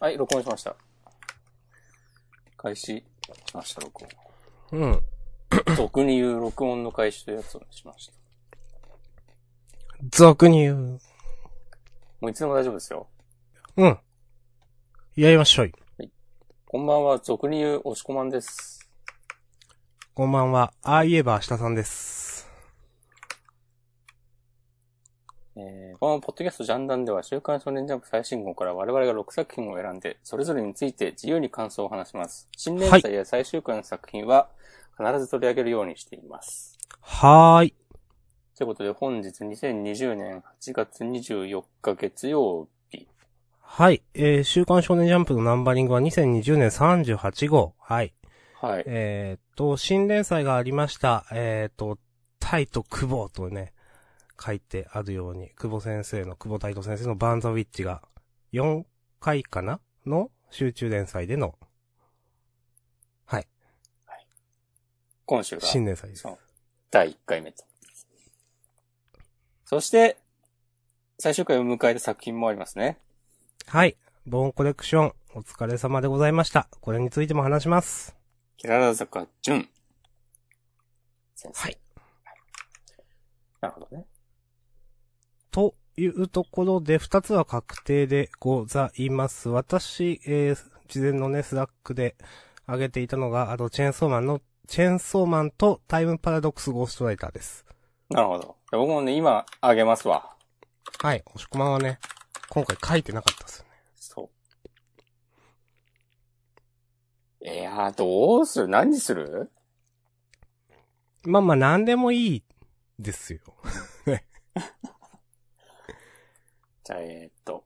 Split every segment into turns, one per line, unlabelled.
はい、録音しました。開始しました、録
うん。
音。俗に言う録音の開始というやつをしました。
俗に言う。
もういつでも大丈夫ですよ。
うん。やりましょい。
こんばんは、俗に言う押し込まんです。
こんばんは。ああ言えば明日さんです。
えー、このポッドキャストジャンダンでは週刊少年ジャンプ最新号から我々が6作品を選んで、それぞれについて自由に感想を話します。新連載や最終回の作品は必ず取り上げるようにしています。
はーい。
ということで本日2020年8月24日月曜日。
はい。えー、週刊少年ジャンプのナンバリングは2020年38号。はい。
はい。
えーっと、新連載がありました。えーっと、タイト久保とね、書いてあるように、久保先生の、久保タイト先生のバンザウィッチが4回かなの集中連載での
今週が。
新連載です。
そう。第1回目と。そして、最終回を迎えた作品もありますね。
はい。ボーンコレクション、お疲れ様でございました。これについても話します。
平坂淳先生。
はい。
なるほどね。
というところで、二つは確定でございます。私、えー、事前のね、スラックで上げていたのが、あと、チェーンソーマンの、チェーンソーマンとタイムパラドックスゴーストライターです。
なるほど。じゃあ僕もね、今、あげますわ。
はい。押し込まんはね、今回書いてなかったですよね。
そう。いやー、どうする何する
まあまあ、なんでもいい、ですよ。
じゃあ、えーっと。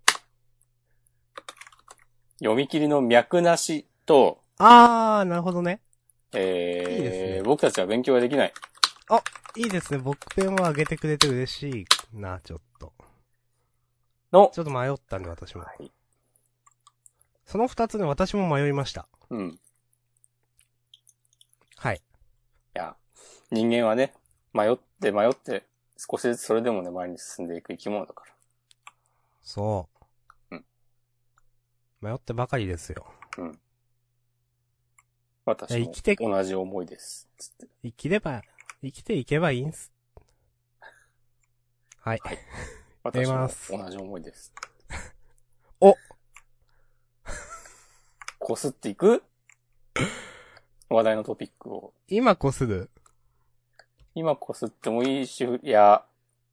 読み切りの脈なしと、
あー、なるほどね。
えー
いいですね
僕たちは勉強ができない。
いいですね。僕ペンを上げてくれて嬉しいな、ちょっと。
の、
ちょっと迷ったんで、私も。
はい。
その二つね、私も迷いました。
うん。
はい。
いや、人間はね、迷って迷って、少しずつそれでもね、前に進んでいく生き物だから。
そう。
うん
迷ってばかりですよ。
私
いや
も
生きて
同じ思いです。つって。
生きれば、生きていけばいいんす。はい。
私
出
も
ます
同じ思いです。
お
こすっていく話題のトピックを。
今こする。
今こすってもいいし、いや、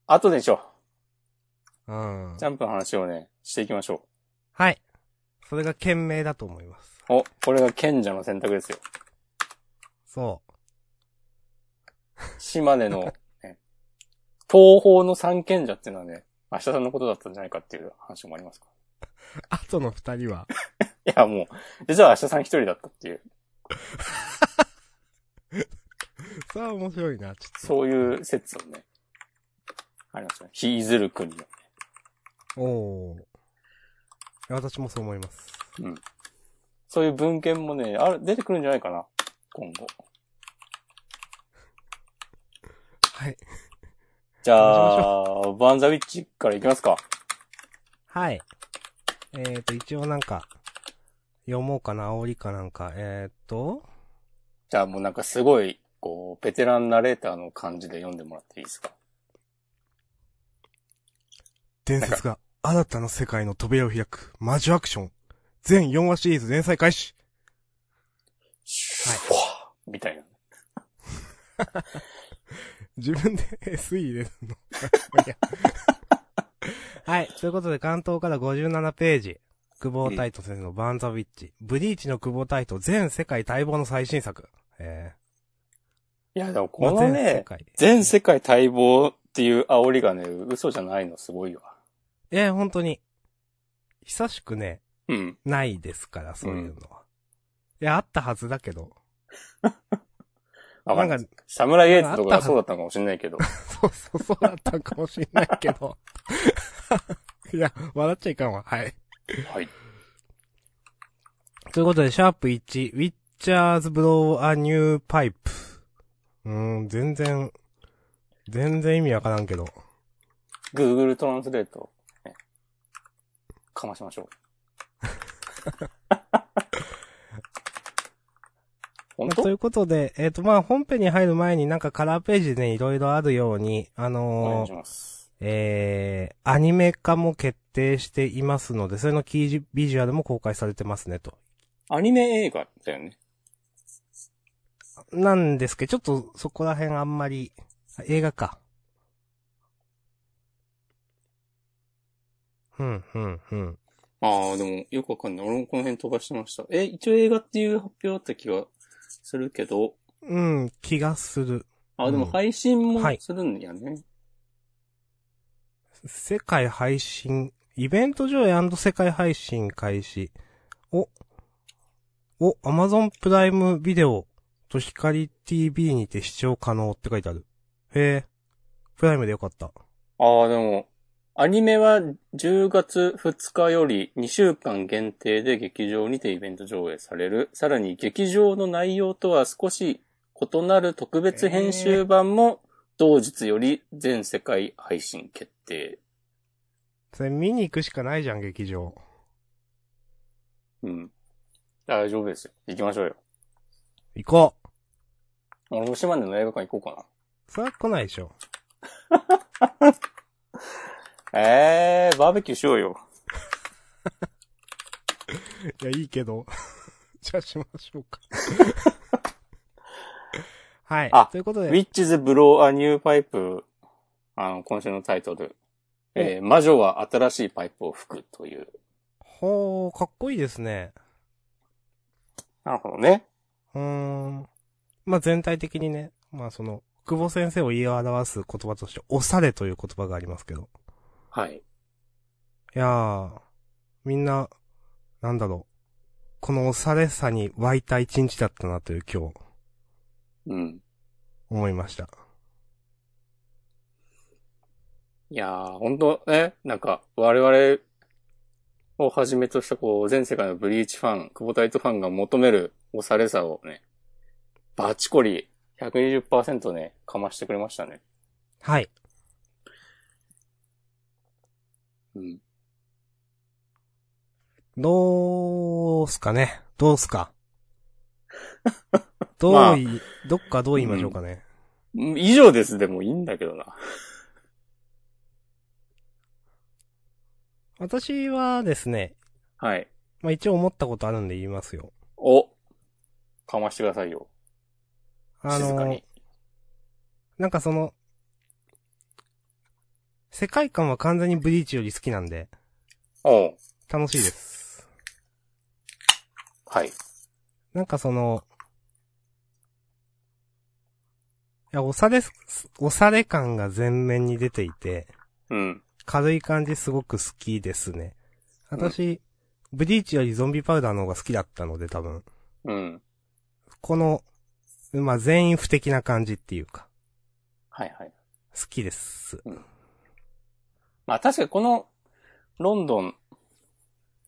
後でしょ
うん
う。ジ。ャンプの話をね、していきましょ
はい。それが賢明だと思います。
う。お、これが賢者の選択ですよ。
そ
島根の、ね、東方の三賢者っていうのはね、明日さんのことだったんじゃないかっていう話もありますか
う。あとの二 人は。
いや、もう、実は明日さん一人だったっていう、
さあ面白いな、ちょっと。
そういう説をね、ありますね。ひいずる国の。
う。おー。私もそう思います。
そういう文献もね、ある、出てくるんじゃないかな。今後。
はい。
じゃあ、バンザウィッチからいきますか。
はい。えーと、一応なんか、読もうかな、煽りかなんか。えーと、
じゃあ、もうなんかすごい、こう、ベテランナレーターの感じで読んでもらっていいですか。
伝説が新たな世界の扉を開く魔女アクション。全4話シリーズ連載開始。
はい。みたいな。
自分で SE 入れるの。いやはい。ということで、関東から57ページ。久保タイト先生のバンザウィッチ。ブリーチの久保タイト全世界待望の最新作。え
いや、でも
ー、
こ
まあ
の
全世
ね、
界。
全世界待望っていう煽りがね、嘘じゃないのすごいわ。
えー、本当に。久しくね、
うん。
ないですから、そういうのは。いや、あったはずだけど。
あ、
なん
まあ
か、
サムライエイズと
あ
か
ったはず
そうだったのかもしれないけど。
そうそう、そうだったんかもしれないけど。 いや、笑っちゃいかんわ。はい。
はい。
ということで、シャープ1、ウィッチャーズブローアニューパイプ。うーん、全然、全然意味わからんけど。
Google トランスレート、ねかましましょ本
まあ
当
ということで、えっ、と、まあ、本編に入る前になんかカラーページでね、いろいろあるように、あ
お願い
の
し
ー
ます。
えー、アニメ化も決定していますので、それのキービジュアルも公開されてますね、と。
アニメ映画だよね。
なんですけど、ちょっとそこら辺あんまり、あ映画か。うん、うん、うん。
ああ、でもよくわかんない。俺もこの辺飛ばしてました。え、一応映画っていう発表だった気がするけど、
うん、気がする。
あ、でも
うん
配信も
はい
するんやね。
世界配信、イベント上映世界配信開始。お、お、Amazon プライムビデオと光 TV にて視聴可能って書いてある。へえ、プライムでよかった。
ああ、でも、アニメは10月2日より2週間限定で劇場にてイベント上映される。さらに劇場の内容とは少し異なる特別編集版も同日より全世界配信決定。
それ見に行くしかないじゃん、劇場。
うん。大丈夫ですよ。行きましょうよ。
行こう
俺も島根の映画館行こうか
それは来ないでしょ。
な。ええー、バーベキューしようよ。
いや、いいけど。 じゃあしましょうか。はい。
あ
ということで。
Witches Blow a New Pipe。あの、今週のタイトル。えー魔女は新しいパイプを吹くという。
ほー、かっこいいですね。
なるほどね。
うーん。まあ、全体的にね、まあ、その、久保先生を言い表す言葉として、おされという言葉がありますけど。
はい。
いやー、みんな、なんだろう。このおされさに湧いた一日だったなという今日、
うん。
思いました。
いやー、ほんとね、なんか、我々をはじめとした、こう、全世界のブリーチファン、久保タイトファンが求めるおされさをね、バチコリ120%ね、かましてくれましたね。
はい。
うん。
どうすかねどうす かどうい、どっかどう言いましょうかね。
うん以上ですでもいいんだけどな。
私はですね、
はい。
まあ、一応思ったことあるんで言いますよ。
お、かましてくださいよ。
あのー
静かに。
なんかその、世界観は完全にブリーチより好きなんで、
おう
楽しいです。
はい。
なんかその、いや、おされ、おされ感が全面に出ていて、
うん。
軽い感じすごく好きですね。私、ブリーチよりゾンビパウダーの方が好きだったので多分、
うん。
この、まあ、全員不敵な感じっていうか、
はいはい。
好きです。
まあ確かにこの、ロンドンっ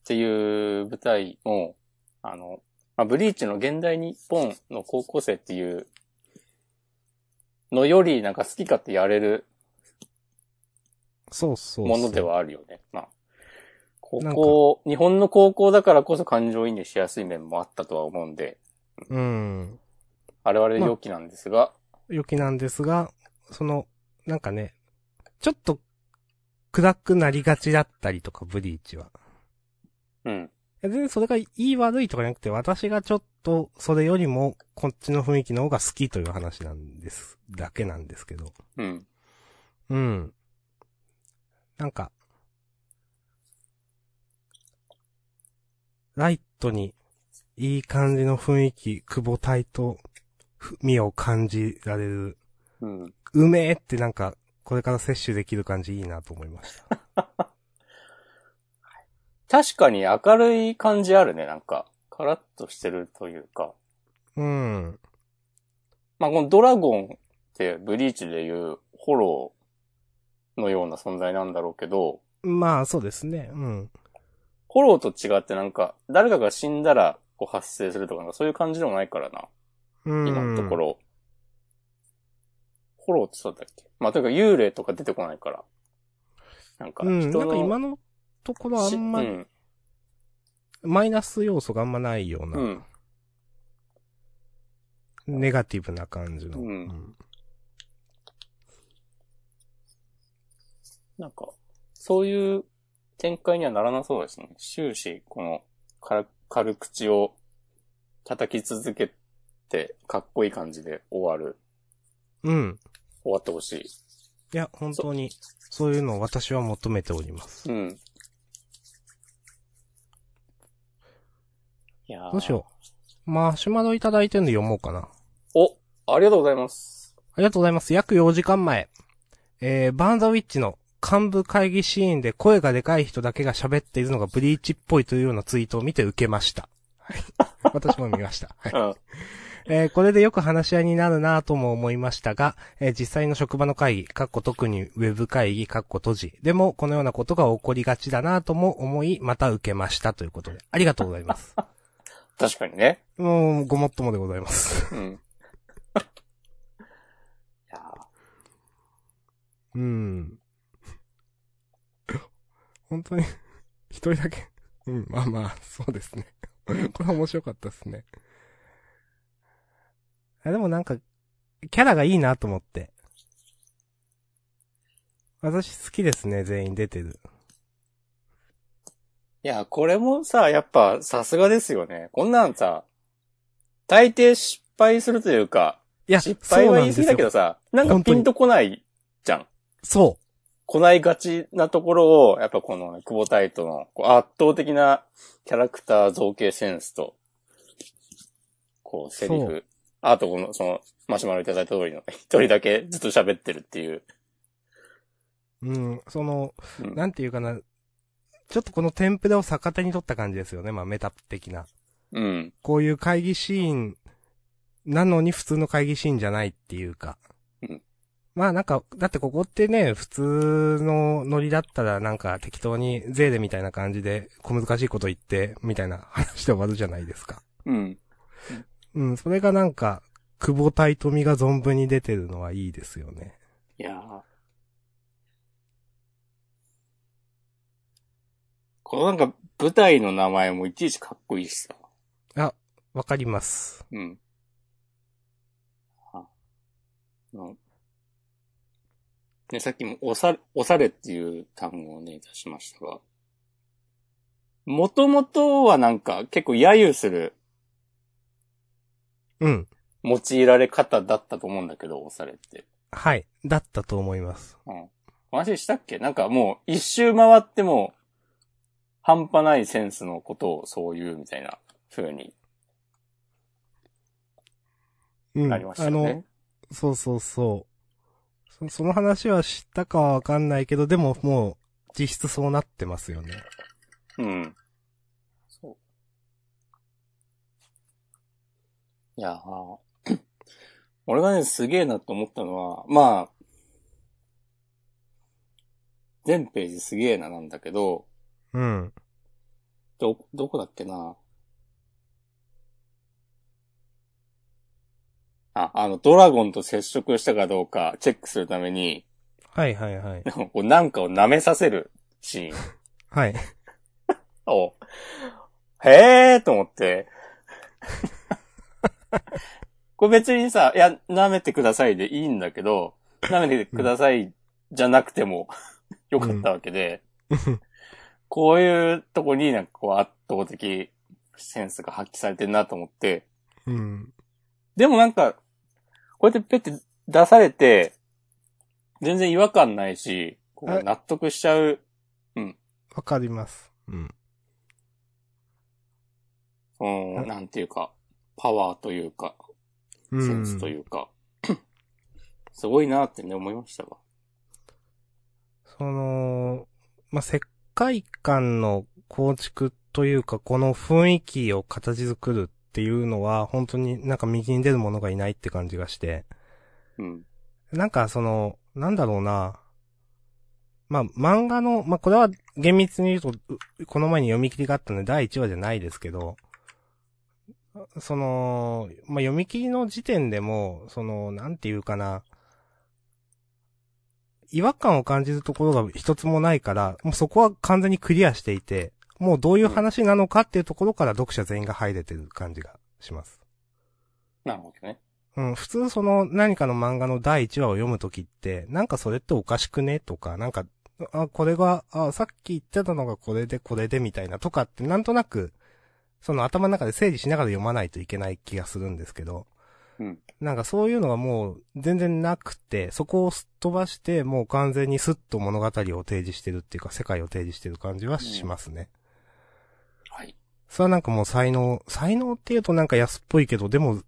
ていう舞台も、あの、まあ、ブリーチの現代日本の高校生っていうのよりなんか好き勝手やれる
そうそうそう。
ものではあるよね。まあ、高校、日本の高校だからこそ感情移入しやすい面もあったとは思うんで、
うん。
我々良きなんですが、
良きなんですが、その、なんかね、ちょっと暗くなりがちだったりとか、ブリーチは。
うん。
いや全然それがいい悪いとかじゃなくて、私がちょっとそれよりもこっちの雰囲気の方が好きという話なんです、だけなんですけど。
うん。
うん。なんか、ライトにいい感じの雰囲気、久保体とみを感じられる
うん。
うめえってなんか、これから摂取できる感じいいなと思いました。
確かに明るい感じあるね、なんか。カラッとしてるというか。
うん。
まあ、このドラゴンってブリーチでいうホローのような存在なんだろうけど、
まあ、そうですね。うん。
ホローと違ってなんか、誰かが死んだらこう発生するとか、なんかそういう感じでもないからな、
うん。
今のとこ。ろ。ホローってそうだっけまあ、というか幽霊とか出てこないから。なんか、
うん。
人
なん
の、
か今のところあんま
う
り、
ん
マイナス要素があんまないよう
う
な、
ん。
ネガティブな感じの。
うん
うん
なんか、そういう展開にはならなそうですね。終始、この、から軽口を叩き続けて、かっこいい感じで終わる、
うん。
終わってほしい。
いや、本当に、そういうのを私は求めております。
うん。いやー
どうしよう。マシュマロいただいてるの読もうかな。
お、ありがとうございます。
ありがとうございます。約4時間前。えー、バーンザウィッチの幹部会議シーンで声がでかい人だけが喋っているのがブリーチっぽいというようなツイートを見て受けました。はい。私も見ました。はい。
うん。
えーこれでよく話し合いになるなぁとも思いましたが、えー実際の職場の会議、かっこ特にウェブ会議、かっこ閉じ、でもこのようなことが起こりがちだなぁとも思い、また受けましたということで、ありがとうございます。
確かにね。
もう、ごもっともでございます。
うん。いやー
うん。本当に、一人だけ。うん、まあまあ、そうですね。これは面白かったですね。あでもなんか、キャラがいいなと思って。私好きですね、全員出てる。
いや、これもさ、やっぱさすがですよね。こんなんさ、大抵失敗するというか、
いや、
失敗は言い過ぎだけど
そう
さ、なんか
本当
ピ
に
ンとこないじゃん。
なんですよ。そ
こないがちなところを、やっぱこの、久保タイトのこう圧倒的なキャラクター造形センスと、こう、セリ
そ
フ。あと、この、その、マシュマロいただいた通りの、一人だけずっと喋ってるっていう。
う。うん、その、
うん
なんていうかな、ちょっとこのテンプレを逆手に取った感じですよね、まあメタ的な。
うん。
こういう会議シーンなのに普通の会議シーンじゃないっていうか。
うん
まあなんか、だってここってね、普通のノリだったらなんか適当にゼーレみたいな感じで小難しいこと言ってみたいな話で終わるじゃないですか。
うん。
うん、それがなんか、久保対富が存分に出てるのはいいですよね。
いやーこのなんか、舞台の名前もいちいちかっこいいしさ。
あ、わかります。
うん。あうんね、さっきも、おさ、おされっていう単語をね、出しましたが。もともとはなんか、結構揶揄する
うん。
用いられ方だったと思うんだけど、おされって。
はい。だったと思います。
うん。話したっけなんかもう、一周回っても、半端ないセンスのことをそう言うみたいな風に
うん。
なりましたよね。
そうそうそう。そその話は知ったかはわかんないけど、でももう、実質そうなってますよね。
うん。そう。いやー 俺がね、すげえなと思ったのは、まあ、全ページすげえななんだけど、
うん。
ど、どこだっけなあ、あの、ドラゴンと接触したかどうかチェックするために、
はいはいはい。
こうなんかを舐めさせるシーン
はい。
お、へえーと思って。 これ別にさ、いや、舐めてくださいでいいんだけど、舐めてくださいじゃなくても よかったわけで、こういうとこになんかこう圧倒的センスが発揮されてるなと思って、
うん。
でもなんか、こうやってペッて出されて、全然違和感ないし、こ
あ
う納得しちゃう、
わかります。うん。
その
あ
なんていうか、パワーというか、
うん。
センスというか、 すごいなってね、思いましたわ。
その、まあ、世界観の構築というか、この雰囲気を形作るっていうのは、本当になんか右に出るものがいないって感じがして。
うん。
なんかその、なんだろうな。まあ、漫画の、まあ、これは厳密に言うと、うこの前に読み切りがあったので第1話じゃないですけど、その、まあ、読み切りの時点でも、その、なんていうかな、違和感を感じるところが一つもないから、もうそこは完全にクリアしていて、もうどういう話なのかっていうところから読者全員が入れてる感じがします。
なるほどね。
うん、普通その何かの漫画の第1話を読むときって、なんかそれっておかしくねとか、なんか、あ、これが、あ、さっき言ってたのがこれでこれでみたいなとかってなんとなく、その頭の中で整理しながら読まないといけない気がするんですけど、
うん。
なんかそういうのがもう全然なくて、そこをすっ飛ばして、もう完全にスッと物語を提示してるっていうか、世界を提示してる感じはしますね。
はい。
それはなんかもう才能、才能っていうとなんか安っぽいけど、でも、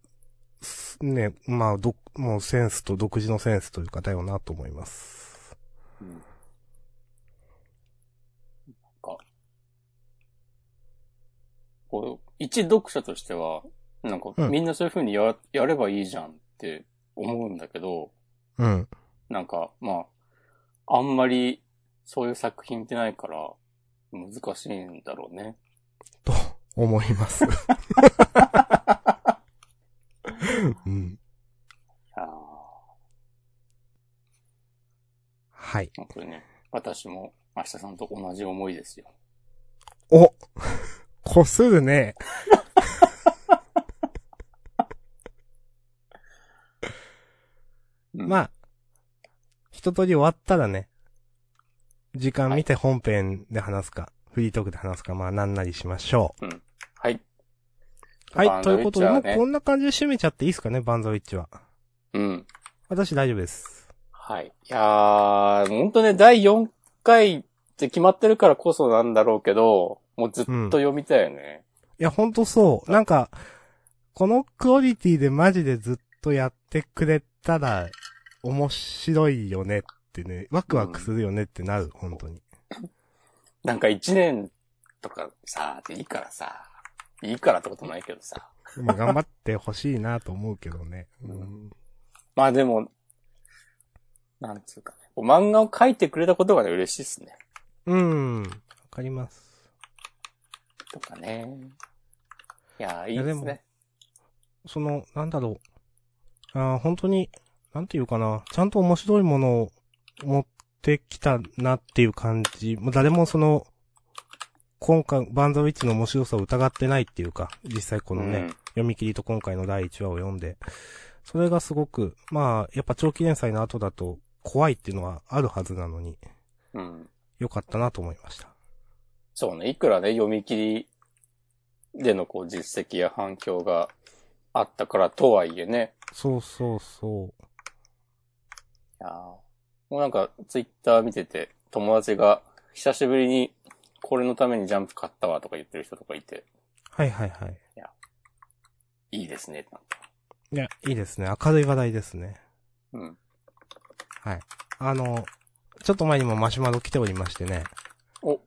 すね、まあ、ど、もうセンスと独自のセンスというかだよなと思います。
うん。なんか、こう、一読者としては、なんか
う、ん
みんなそういう風にや、やればいいじゃんって思うんだけど、
うん。
なんか、まあ、あんまりそういう作品ってないから、難しいんだろうね。
と、思います。うん。
ああ、
はい。
本当にね。私も、明日さんと同じ思いですよ。
おこするね。ま
あ、
あ、一通り終わったらね、時間見て本編で話すか、フリートークで話すか、まあなんなりしましょう。
はい。
は
バ
い、
ン
と
ドウ
いう
ィ
こ
ッ
と
チ
で、
ャ
も
ー
う
ね
こんな感じで締めちゃっていいですかね、バンザウィッチは。
うん。
私大丈夫です。
はい。いやー、ほんとね、第4回って決まってるからこそなんだろうけど、もうずっと読みたいよね。
いや、ほんとそう。なんか、このクオリティでマジでずっとやってくれたら、面白いよねってね、ワクワクするよねってなる、ほん、本当に。
なんか1年とかさ、いいからさ、いいからってことないけどさ。
まあ頑張ってほしいなと思うけどね。うん
まあでも、なんつうかね。こう漫画を描いてくれたことがね、嬉しいっすね。
うん。わかります。
とかね。いやー、い
い
い
や
で
ですも
ね。
その、なんだろう。あー本当に、なんていうかな、ちゃんと面白いものを持ってきたなっていう感じ。もう誰もその、今回、バンザウィッチの面白さを疑ってないっていうか、実際このね、
うん
読み切りと今回の第1話を読んで、それがすごく、まあ、やっぱ長期連載の後だと怖いっていうのはあるはずなのに、
うん。
良かったなと思いました。
そうね。いくらね、読み切りでのこう実績や反響があったからとはいえね。
そうそう
い
そ
やーもうなんか、ツイッター見てて、友達が、久しぶりに、これのためにジャンプ買ったわとか言ってる人とかいて、
う。はいはいはい。
いいですね、なんて
いや、いいですね。明るい話題ですね。
うん。
はい。あの、ちょっと前にもマシュマロ来ておりましてね。
お、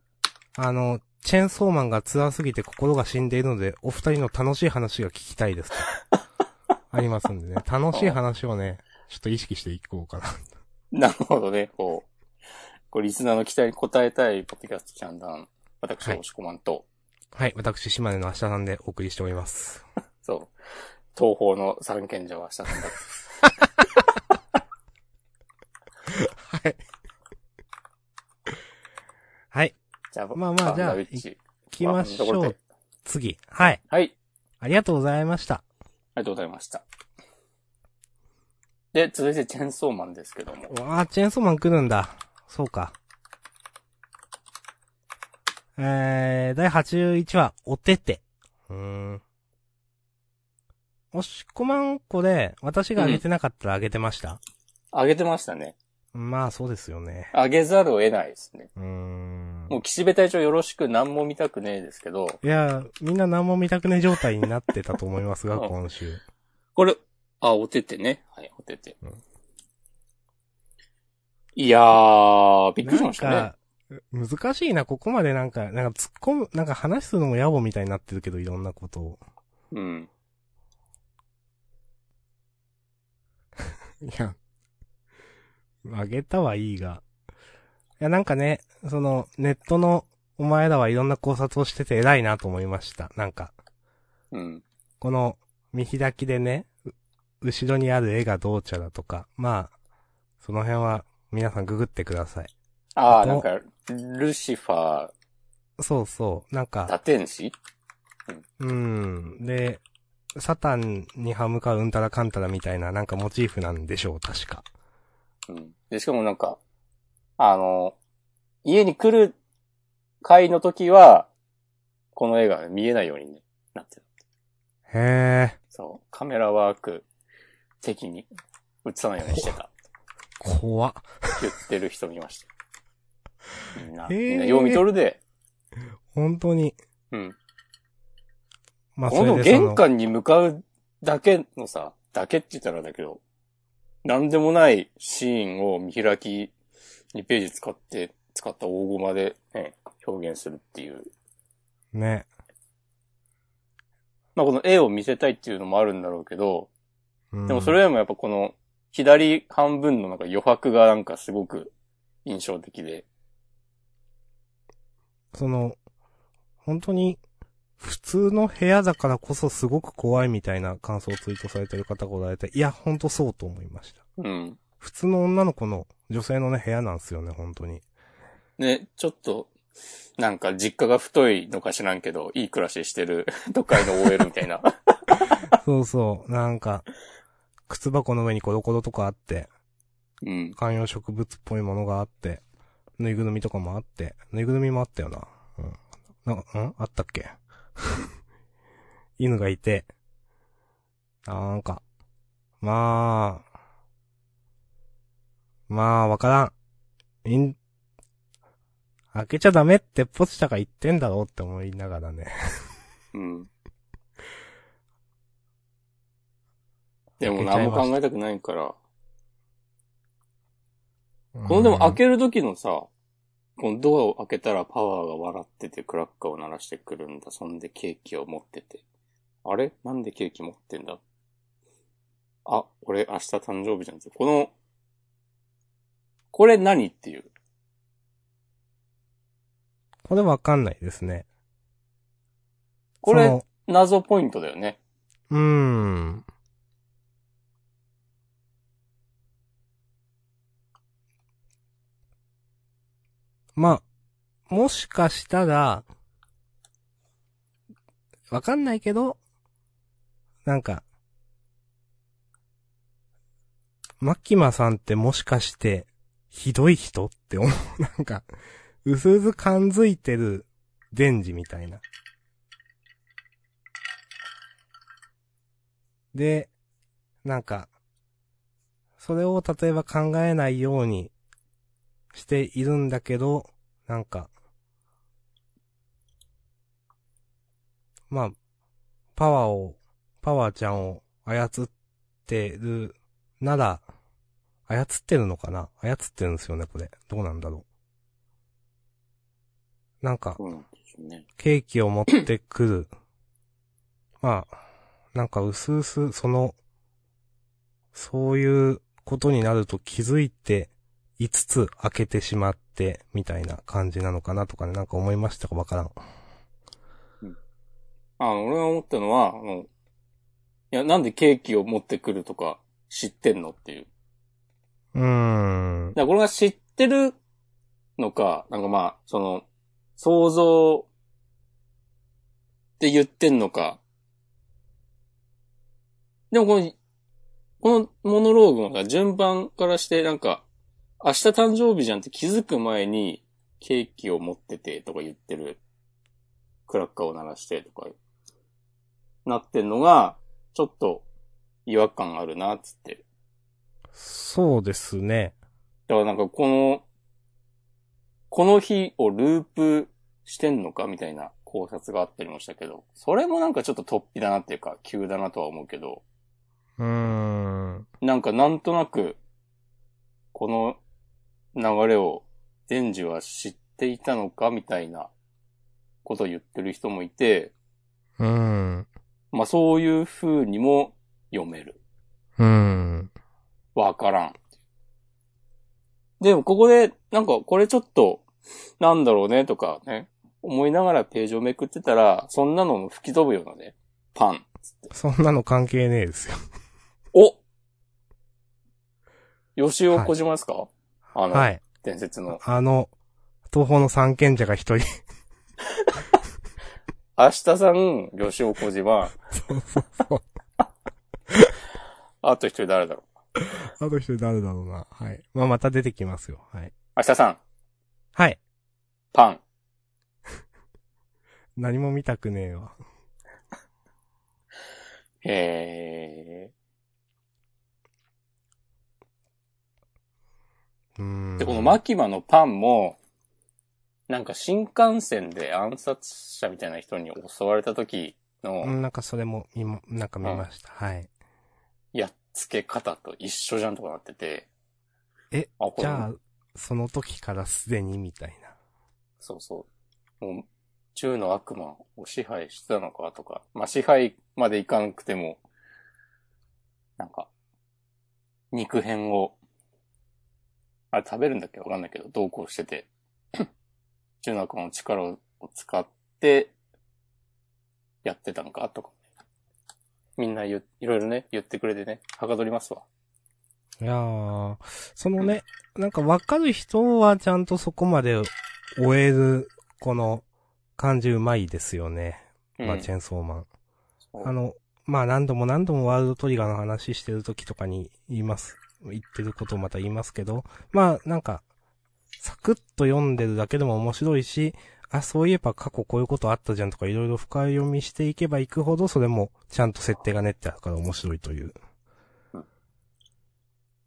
あの、チェーンソーマンが辛すぎて心が死んでいるので、お二人の楽しい話が聞きたい です。ありますんでね。楽しい話をね、ちょっと意識していこうか
な
な。
るほどね、こう、こうリスナーの期待に応えたい、ポッドキャストちゃんだん、私、
はい
押し込まんと、
はい。私、島根の明日さんでお送りしております。
そう、東方の三賢者は明日なんだ。
はい。はい。
じゃあ、
まあまあじゃあ
サンドイッチ
行きまし
はこん
ょ
なところ
う
で。
次。はい。
はい。
ありがとうございました。
ありがとうございました。で、続いてチェーンソーマンですけども。
わあ、チェーンソーマン来るんだ。そうか。えー、第81話、おてて。うーん。おしこまんこで、私があげてなかったらあげてました、
上げてましたね。
まあ、そうですよね。
上げざるを得ないですね。
うーん。
もう岸辺隊長よろしく何も見たくねえですけど、
いや、みんな何も見たくねえ状態になってたと思いますが、
うん
今週。
これ、あ、おててね。はい、おてて。
うん
いやー、びっくりし
な
ま
ん
したね。
か、難しいな、ここまでなんか、なんか突っ込む、なんか話すのも野暮みたいになってるけど、いろんなことを。
うん。
いや、あげたはいいが。いや、なんかね、その、ネットの、お前らはいろんな考察をしてて偉いなと思いました。なんか、
うん。
この、見開きでね、う後ろにある絵がどうちゃらとか、まあ、その辺は、皆さんググってください。
あー、
あと
なんか、ルシファー
そうそう。なん
堕
か、
天使
うん。で、サタンに歯向かううんたらかんたらみたいな、なんかモチーフなんでしょう、確か。
うん。で、しかもなんか、あの、家に来る回の時は、この映画見えないようにね、なってる。
へえ、
そう。カメラワーク的に映さないようにしてた。
怖っ。
言ってる人見ました。みんな、
へー
みんなよう見とるで。
本当に。
うん。
まあ、
こ
それ
の
でそ
玄
の、
関に向かうだけのさ、だけって言ったらあれだけど、なんでもないシーンを見開き2ページ使って、使った大駒で、ね、表現するっていう。
ね。
まあこの絵を見せたいっていうのもあるんだろうけど、
うん
でもそれよりもやっぱこの左半分のなんか余白がなんかすごく印象的で。
その、本当に、普通の部屋だからこそすごく怖いみたいな感想をツイートされてる方がおられて、いや、本当そうと思いました。
うん。
普通の女の子の女性のね、部屋なんですよね、本 当に。
ね、ちょっと、なんか実家が太いのか知らんけど、いい暮らししてる 都会の OL みた いな。
そうそう、なんか、靴箱の上にコロコロとかあって、
うん。
観葉植物っぽいものがあって、ぬいぐるみとかもあって、ぬいぐるみもあったよな。うん。なんか、んあったっけ 犬がいて、なんか、まあ、まあ、わからん。いん、開けちゃダメってポチタが言ってんだろうって思いながらね。
うん。でも何も考えたくないから。このでも開ける時のさ、このドアを開けたらパワーが笑っててクラッカーを鳴らしてくるんだ。そんでケーキを持ってて。あれなんでケーキ持ってんだあ、俺明日誕生日じゃんって。この、これ何っていう。
これわかんないですね。
こ
そ
れ
の、
謎ポイントだよね。
うーん。まあ、もしかしたら、わかんないけど、なんか、マキマさんってもしかして、ひどい人って思う。なんか、うすうす感づいてる、デンジみたいな。で、なんか、それを例えば考えないようにしているんだけど、なんか、まあ、パワーを、パワーちゃんを操ってるなら、操ってるのかな操ってるんですよね、これ。どうなんだろう。なんか、
そうなんですよね。
ケーキを持ってくる。まあ、なんかうすうす、その、そういうことになると気づいて、5つ開けてしまって、みたいな感じなのかなとかね、なんか思いましたかわからん。
あの、俺が思ったのは、あの、いや、なんでケーキを持ってくるとか知ってんのっていう。
うーん。
だからこれが知ってるのか、なんかまあ、その、想像って言ってんのか。でもこの、このモノローグのさ順番からして、なんか、明日誕生日じゃんって気づく前に、ケーキを持っててとか言ってる。クラッカーを鳴らしてとか、なってんのが、ちょっと違和感あるな、つって。
そうですね。
だからなんかこの、この日をループしてんのかみたいな考察があったりもしたけど、それもなんかちょっと突飛だなっていうか、急だなとは思うけど、
うーん。
なんかなんとなく、この流れを、デンジは知っていたのかみたいなことを言ってる人もいて、
うーん。
まあそういう風にも読める。
うーん。
わからん。でも、ここで、なんか、これちょっと、なんだろうね、とかね、思いながらページをめくってたら、そんなの吹き飛ぶようなね、パン。
そんなの関係ねえですよ。
お吉尾小島ですか、あの、
はい。
伝説の。
あの、東方の三賢者が一人
明日さん、吉尾小 島、
そうそうそう。
あと一人誰だろう。
あと一人誰だろうな。はい。まあ、また出てきますよ。はい。
明日さん、
はい。
パン。
何も見たくねえわ。
え
うーん。
ー、で、このマキマのパンも、なんか新幹線で暗殺者みたいな人に襲われた時
う
の
ん、なんかそれも、見も、なんか見ました。はい。
やっつけ方と一緒じゃんとかなってて。
え、
あ、これ
じゃあ、その時からすでにみたいな。
そうそう。もう、銃の悪魔を支配してたのかとか、まあ、支配までいかなくても、なんか、肉片を、あれ食べるんだっけわかんないけど、同行してて、 銃の悪魔の力を使って、やってたのかとか。みんな言う、いろいろね、言ってくれてね、はかどりますわ。
いやー、そのね、なんかわかる人はちゃんとそこまで終える、この、感じうまいですよね。まあ、チェーンソーマン。
そう
あの、まあ何度も何度もワールドトリガーの話してる時とかに言います。言ってることをまた言いますけど、まあなんか、サクッと読んでるだけでも面白いし、あ、そういえば過去こういうことあったじゃんとかいろいろ深読みしていけばいくほどそれもちゃんと設定が練ってあるから面白いという
うん。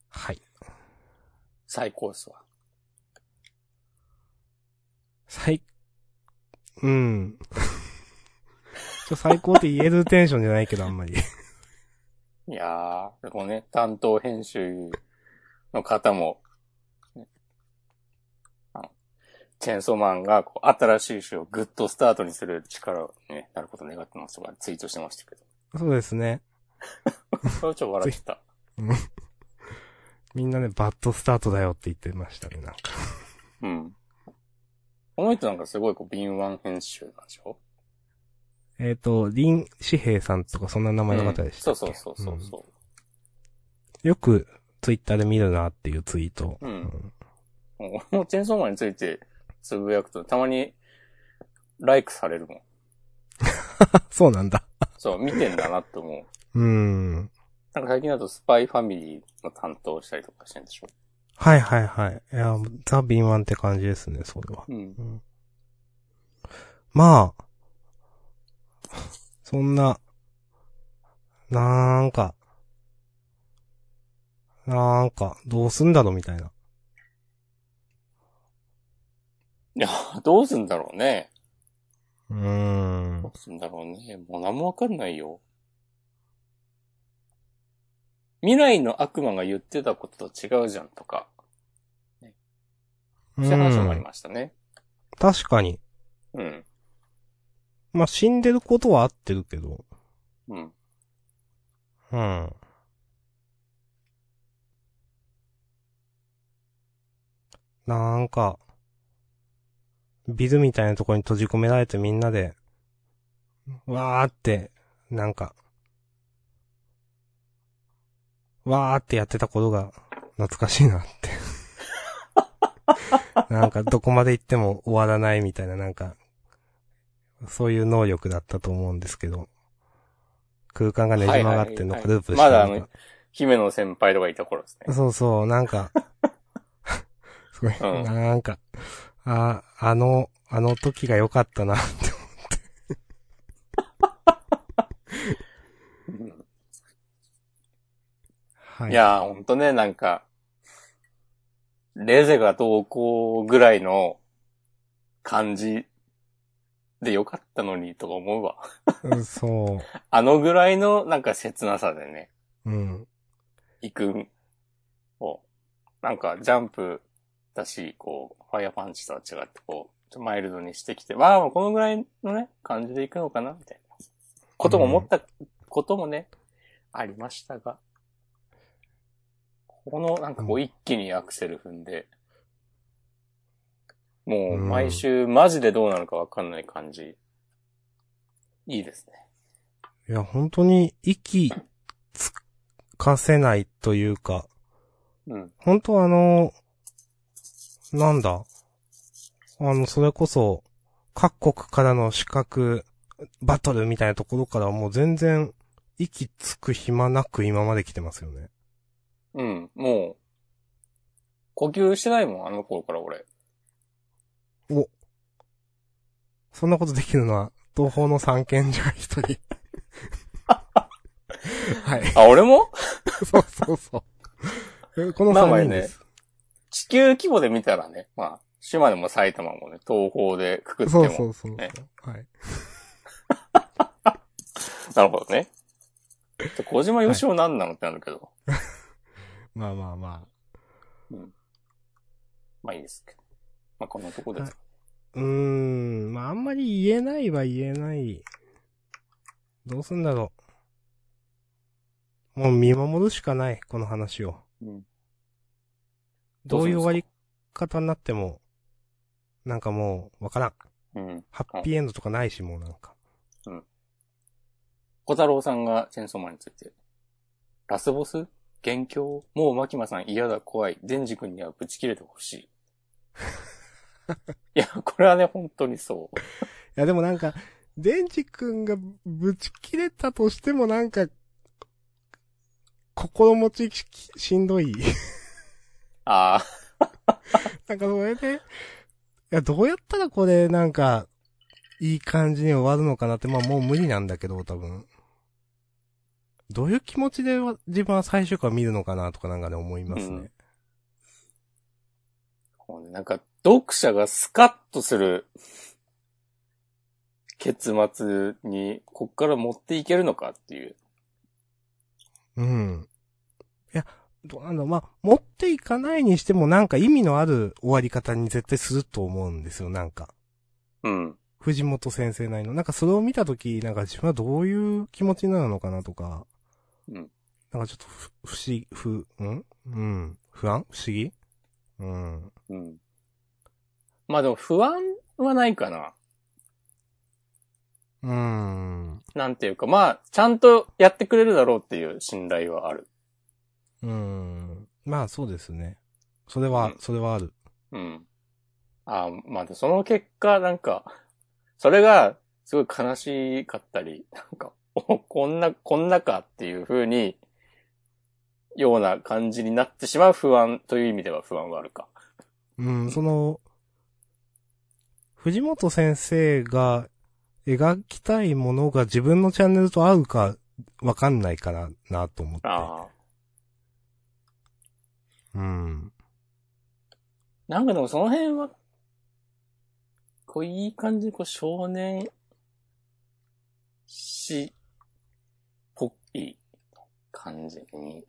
はい。
最高ですわ。
最、うん。 ちょ最高って言えるテンションじゃないけどあんまり。
いやー、でもね、担当編集の方も、あのチェーンソーマンがこう新しい種をグッとスタートにする力をね、なることを願ってますとかツイートしてましたけど。
そうですね。
それはちょっと笑ってた。
みんなね、バッドスタートだよって言ってましたね、なんか。
うん。この人なんかすごいこう敏腕編集なんでしょ
えっ、と、林志平さんとかそんな名前の方でした
そう
っけ、
そうそうそうそう。
うんよく、ツイッターで見るなっていうツイート。
うん
ん
もう俺もチェーンソーマンについてつぶやくとたまにライクされるもん。
あそうなんだ。
そう、見てんだなと思う。
うーん。
なんか最近だとスパイファミリーの担当をしたりとかしてんでしょ
はいはいはい。いや、ザ・敏腕って感じですね、それは。
うん
う。んまあ、そんな、なんか、なんか、どうすんだろうみたいな。
いや、どうすんだろうね。
うーん
ど。うすんだろうね。もう何もわかんないよ。未来の悪魔が言ってたことと違うじゃんとか、そういう話もありましたね。
うん確かに。
うん。
まあ、死んでることは合ってるけど。
うん。
うん。なんか、ビルみたいなところに閉じ込められてみんなで、わーって、なんか、わーってやってたことが懐かしいなって。なんかどこまで行っても終わらないみたいな、なんか、そういう能力だったと思うんですけど、空間がねじ曲がってんのかループして
ま
る
だあ
のか
の、姫野先輩とかいた頃ですね。
そうそう、な んか、 すごい、
うん
なんか、あ、あの、あの時が良かったなって思
うん
う。はいい。
やー、ほんとね、なんか、レゼがどうこうぐらいの感じでよかったのにとか思うわ。
うんそ
あのぐらいのなんか切なさでね。
う。うん。
行くを、なんかジャンプだし、こう、ファイヤーパンチとは違って、こう、ちょっとマイルドにしてきて、まあ、このぐらいのね、感じで行くのかな、みたいな。ことも思ったこともね、ありましたが、この、なんかこ
う
う、一気にアクセル踏んで、もう、毎週、マジでどうなるかわかんない感じ。いいですね。
いや、本当に息つかせないというか、
うん。
本当あの、なんだ。あの、それこそ、各国からの資格バトルみたいなところからはもう全然、息つく暇なく今まで来てますよね。
うん、もう、呼吸してないもん、あの頃から俺。
そんなことできるのは、東方の三賢者が一人。はい。
あ、俺も
そうそうそう。えこの
まあまあ
3人です。
地球規模で見たらね、まあ、島でも埼玉もね、東方でくくって
そ
も。
うそうそうそう。
ね
はい。
なるほどね。じゃ小島よしおなんなのってなるけど。
まあまあま
まあいいですけど。まあこんなとこですか。
あ。うーん、まああんまり言えないは言えない。どうすんだろう。もう見守るしかない、この話を。
うん。ど
ど
う
う
す
い
るんです
う
か
終わり方になっても、なんかもう、わからん。
うん。
ハッピーエンドとかないし、もうなんか。
小太郎さんがチェーンソーマンについて。ラスボス元凶もうマキマさん嫌だ怖い。デンジ君にはぶち切れてほし い。いや、これはね、本当にそう。
いや、でもなんか、デンジ君がぶち切れたとしてもなんか、心持ちししんどい。
あ
なんかそれで、いや、どうやったらこれなんか、いい感じに終わるのかなって、まあもう無理なんだけど、多分。どういう気持ちでわ自分は最終回を見るのかなとかなんかね思いますね。
あ、もうねなんか、読者がスカッとする結末に、こっから持っていけるのかっていう。
うん。いや、どうなんだろうまあ、持っていかないにしてもなんか意味のある終わり方に絶対すると思うんですよ、なんか。
うん。
藤本先生なりの。なんかそれを見たとき、なんか自分はどういう気持ちになるのかなとか。
うん。
なんかちょっとふ、不思議、不、んうん。不安不思議うん。
うん。まあでも不安はないかな。
うーん。
なんていうか、まあ、ちゃんとやってくれるだろうっていう信頼はある。
うーん。まあそうですね。それは、
うん
それはある。
うん。あーまあ、でその結果、なんか、それが、すごい悲しかったり、なんか、 おこんな、こんなかっていう風に、ような感じになってしまう不安という意味では不安はあるか。
うん、その、藤本先生が描きたいものが自分のチャンネルと合うかわかんないからなと思って。
ああ。
うん。
なんかでもその辺は、こういい感じにこう少年、し、ぽい感じに。い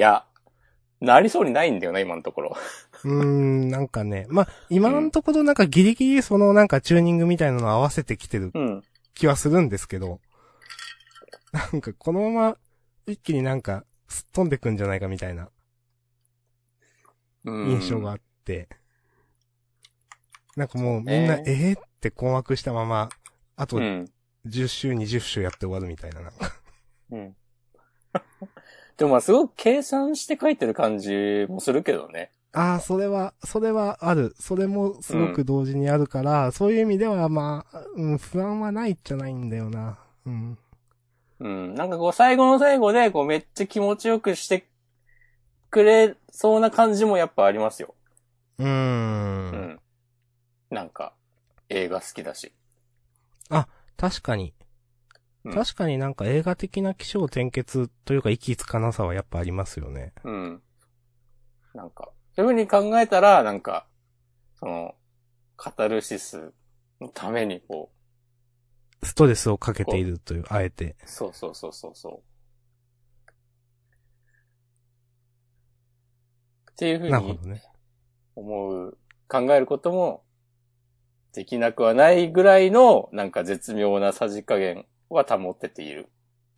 や、なりそうにないんだよな、今のところ。
うーん、なんかね。まあ、今のところなんかギリギリそのなんかチューニングみたいなのを合わせてきてる
うん。
気はするんですけど、なんかこのまま一気になんかすっ飛んでくんじゃないかみたいな印象があって、なんかもうみんな
そうね
えーって困惑したまま、あと
うん。
10週20週やって終わるみたいななんか。
うん。 でもまあすごく計算して書いてる感じもするけどね。
ああ、それは、それはある。それもすごく同時にあるから、そういう意味ではまあ、うん、不安はないじゃないんだよな。うん。
うん。なんかこう最後の最後でこうめっちゃ気持ちよくしてくれそうな感じもやっぱありますよ。
うー。
うんん。なんか、映画好きだし。
確かに。
うん
確かになんか映画的な気象転結というか息つかなさはやっぱありますよね。
うん。なんか、そういう風に考えたら、なんか、その、カタルシスのためにこ
ストレスをかけているという、あえて。
う、そうそうそうそうそう。っていう
な
風
るほ
に
どね。
思う、考えることもできなくはないぐらいの、なんか絶妙なさじ加減は保ってている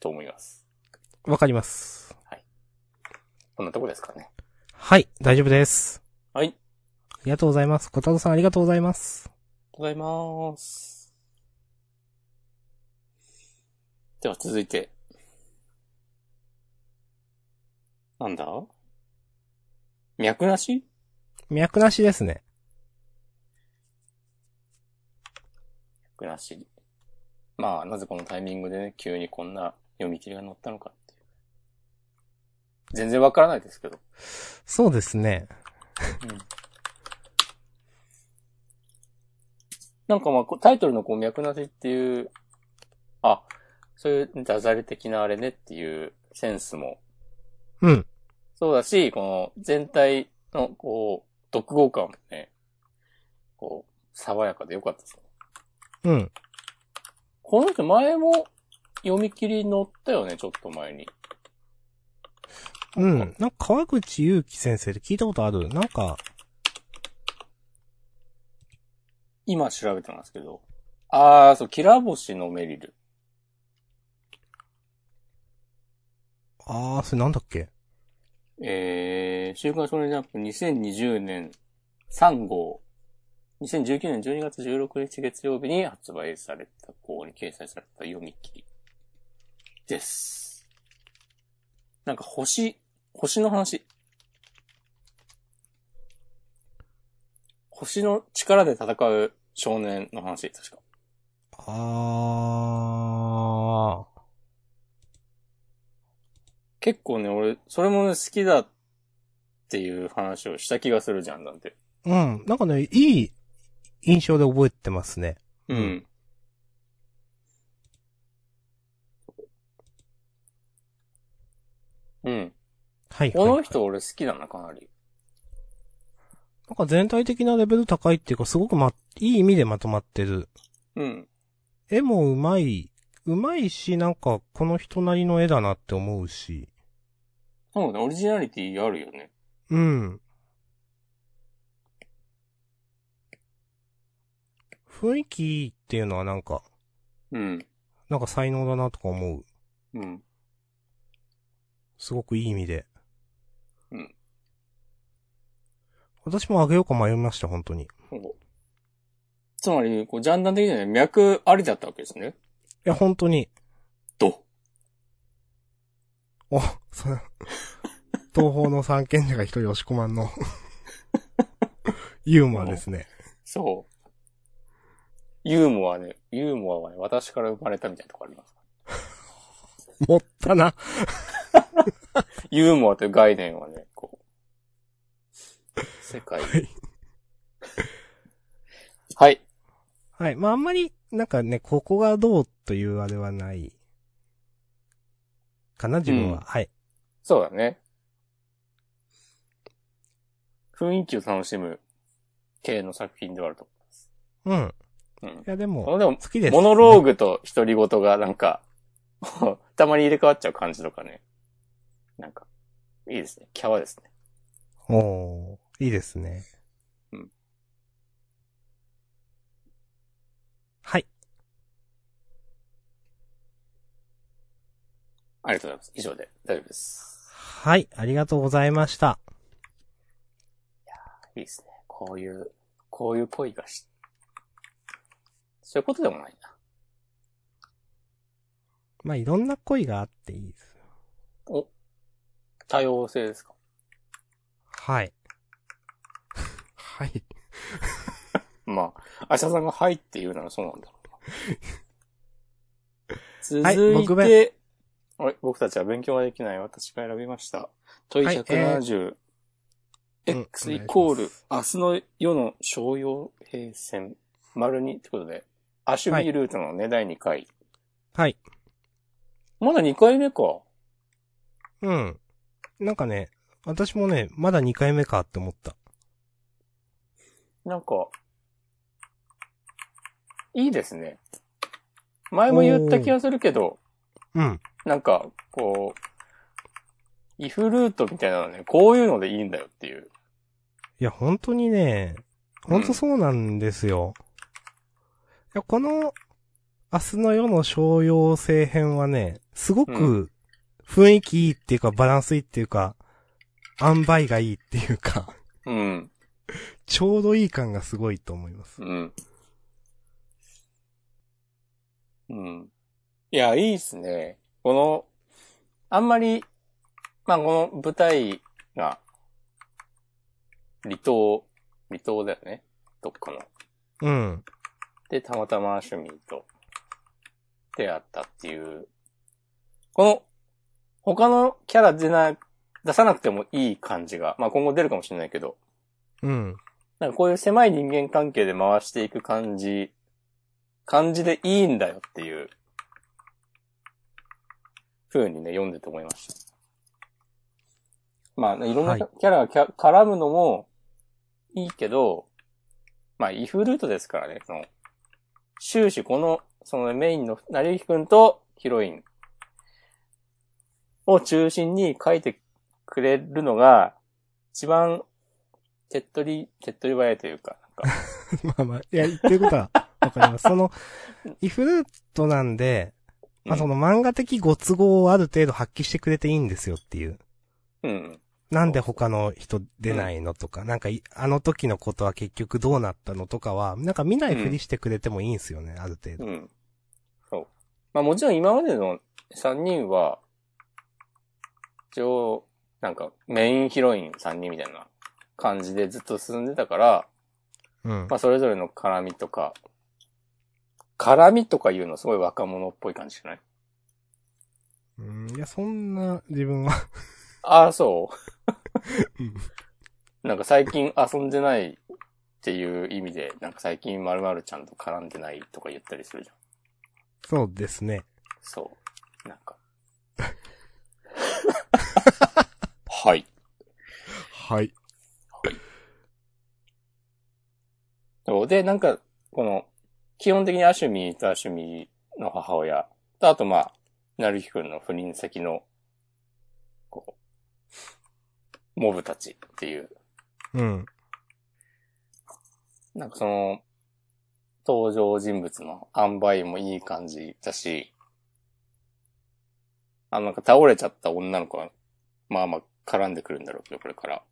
と思います。
わかります。
こんなとこですかね。
はい、大丈夫です。
はい。ありが
ありがとうございます。小太郎さんありがとうございます。
とうございます。では続いて。なんだ脈なし
脈なしですね。
くなし。まあ、なぜこのタイミングでね、急にこんな読み切りが載ったのかっていう。全然わからないですけど。
そうですね。
なんかまあ、こタイトルのこう、脈なしっていう、あ、そういうダジャレ的なあれねっていうセンスも、
うん。
そうだし、この全体のこう、独語感もね、こう、爽やかで良かったですね。
うん。
この人前も読み切り載ったよね、ちょっと前に。
うん。なんか川口祐樹先生で聞いたことある。なんか、
今調べてますけど。あー、そう、キラ星のメリル。
あー、それなんだっけ
えー、週刊少年ジャンプ2020年3号。2019年12月16日月曜日に発売された号に掲載された読み切り。です。なんか星、星の話。星の力で戦う少年の話、確か。
あ
結構ね、俺、それもね、好きだっていう話をした気がするじゃん、なんて。
ー。うん。なんかね、いい印象で覚えてますね。
う
うんん。
うん。
はい、
こ
はい。
の人俺好きだな、かなり。
なんか全体的なレベル高いっていうか、すごくま、いい意味でまとまってる。
うん。
絵もうまい。うまいし、なんか、この人なりの絵だなって思うし。
そうね、オリジナリティあるよね。
うん。雰囲気いいっていうのはなんか、
うん。
なんか才能だなとか思う。
うん。
すごくいい意味で。
うん。
私もあげようか迷いました、本当に。い
そうつまり、こう、ジャンダン的にはね、脈ありだったわけですね。
や、本当に。
と。
お、 そ東方の三賢者が一人押し込まんの。 ユーモアですね。
そう。ユーモアね、ユーモアはね、私から生まれたみたいなとこあります。
持ったな。
ユーモアという概念はね、こう、世界。
はい
はい。
はい。まあ、あんまり、なんかね、ここがどうというあれはない。かな、自分は。
うん
はい。
そうだね。雰囲気を楽しむ系の作品ではあると
うん。
思います。
いや、で
うん。この
も、
でも、
好きです。
モノローグと独り言がなんか、 たまに入れ替わっちゃう感じとかね。なんか、いいですね。キャワですね。
おー、いいですね。
うん
はい。
ありがとうございます。以上で大丈夫です。
はい。ありがとうございました。
いいですね。こういう、こういう恋がし、そういうことでもないな。
まあ、いろんな恋があっていいです。
お、多様性ですか
はい。はい。
まあ、アシャさんがはいって言うならそうなんだろうな。
はい
続い
僕
て、
が
あれ僕たちは勉強ができない私が選びました。問い
は
170、
いえー
X
うん
イコール、明日の世の商用平線、丸2ってことで、アシュビールートのね、第2回。
はい。
まだ2回目か。
うん。なんかね、私もね、まだ2回目かって思った。
なんか、いいですね。前も言った気がするけど、
うん。
なんか、こう、イフルートみたいなのね、こういうのでいいんだよっていう。
いや、本当にね、本当そうなんですよ。いや、この、明日の夜の商用性編はね、すごく雰囲気いいっていうか、バランスいいっていうか、塩梅がいいっていうか、
うん。
ちょうどいい感がすごいと思います。
うん。うん。いや、いいっすね。この、あんまり、まあ、この舞台が、離島、離島だよね。どっかの。
うん。
で、たまたま趣味と、手あったっていう。この、他のキャラ出な、出さなくてもいい感じが、まあ今後出るかもしれないけど、
うん。
なんかこういう狭い人間関係で回していく感じ、感じでいいんだよっていう、風にね、読んでて思いました。まあ、ね、いろんな
はい
キャラがキャ絡むのもいいけど、まあ、イフルートですからね、その、終始この、そのメインの成幸くんとヒロインを中心に書いてくれるのが、一番手っ取り、手っ取り早いというか、なんか
まあまあ、いや、言ってることはわかります。そ の、イフルートなんで、まあ
うん
その漫画的ご都合をある程度発揮してくれていいんですよっていう。
うん。
なんで他の人出ないのとか、なんかい、あの時のことは結局どうなったのとかは、なんか見ないふりしてくれてもいいんすよね、ある程
う
度。
ん。そう。まあもちろん今までの3人は、一応、なんかメインヒロイン3人みたいな感じでずっと進んでたから、
うん
ま。あそれぞれの絡みとか、絡みとかいうのすごい若者っぽい感じじゃない
うん、いや、そんな自分は。
ああ、そ
うん
う。なんか最近遊んでないっていう意味で、なんか最近〇〇ちゃんと絡んでないとか言ったりするじゃん。
そうですね。
そう。なんか。はい。
はい。
そうで、なんか、この、基本的にアシュミーとアシュミーの母親と、あとまあ、なるきくんの不倫先の、こう、モブたちっていう、
うん。
なんかその、登場人物の塩梅もいい感じだし、あの、なんか倒れちゃった女の子は、まあまあ絡んでくるんだろうけど、これから、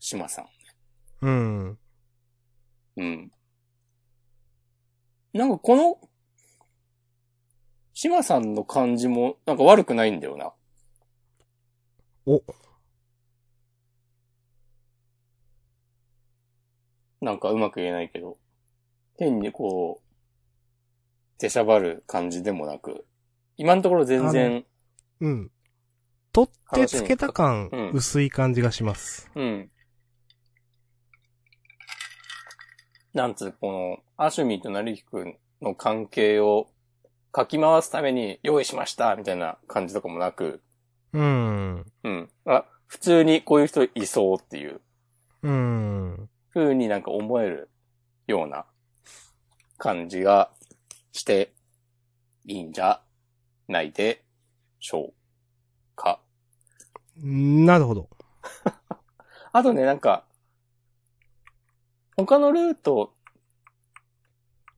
島さん。
うん。
うん。なんかこの、島さんの感じも、なんか悪くないんだよな。
お。
なんかうまく言えないけど。変にこう、出しゃばる感じでもなく、今のところ全然、
うん。取ってつけた感
うん、
薄い感じがします。
うん。なんつう、この、アシュミーと成りくんの関係をかき回すために用意しましたみたいな感じとかもなく、
うん。
うん。あ、普通にこういう人いそうっていう
うん。
風になんか思えるような感じがしていいんじゃないでしょうか。
なるほど。
あとね、なんか、他のルート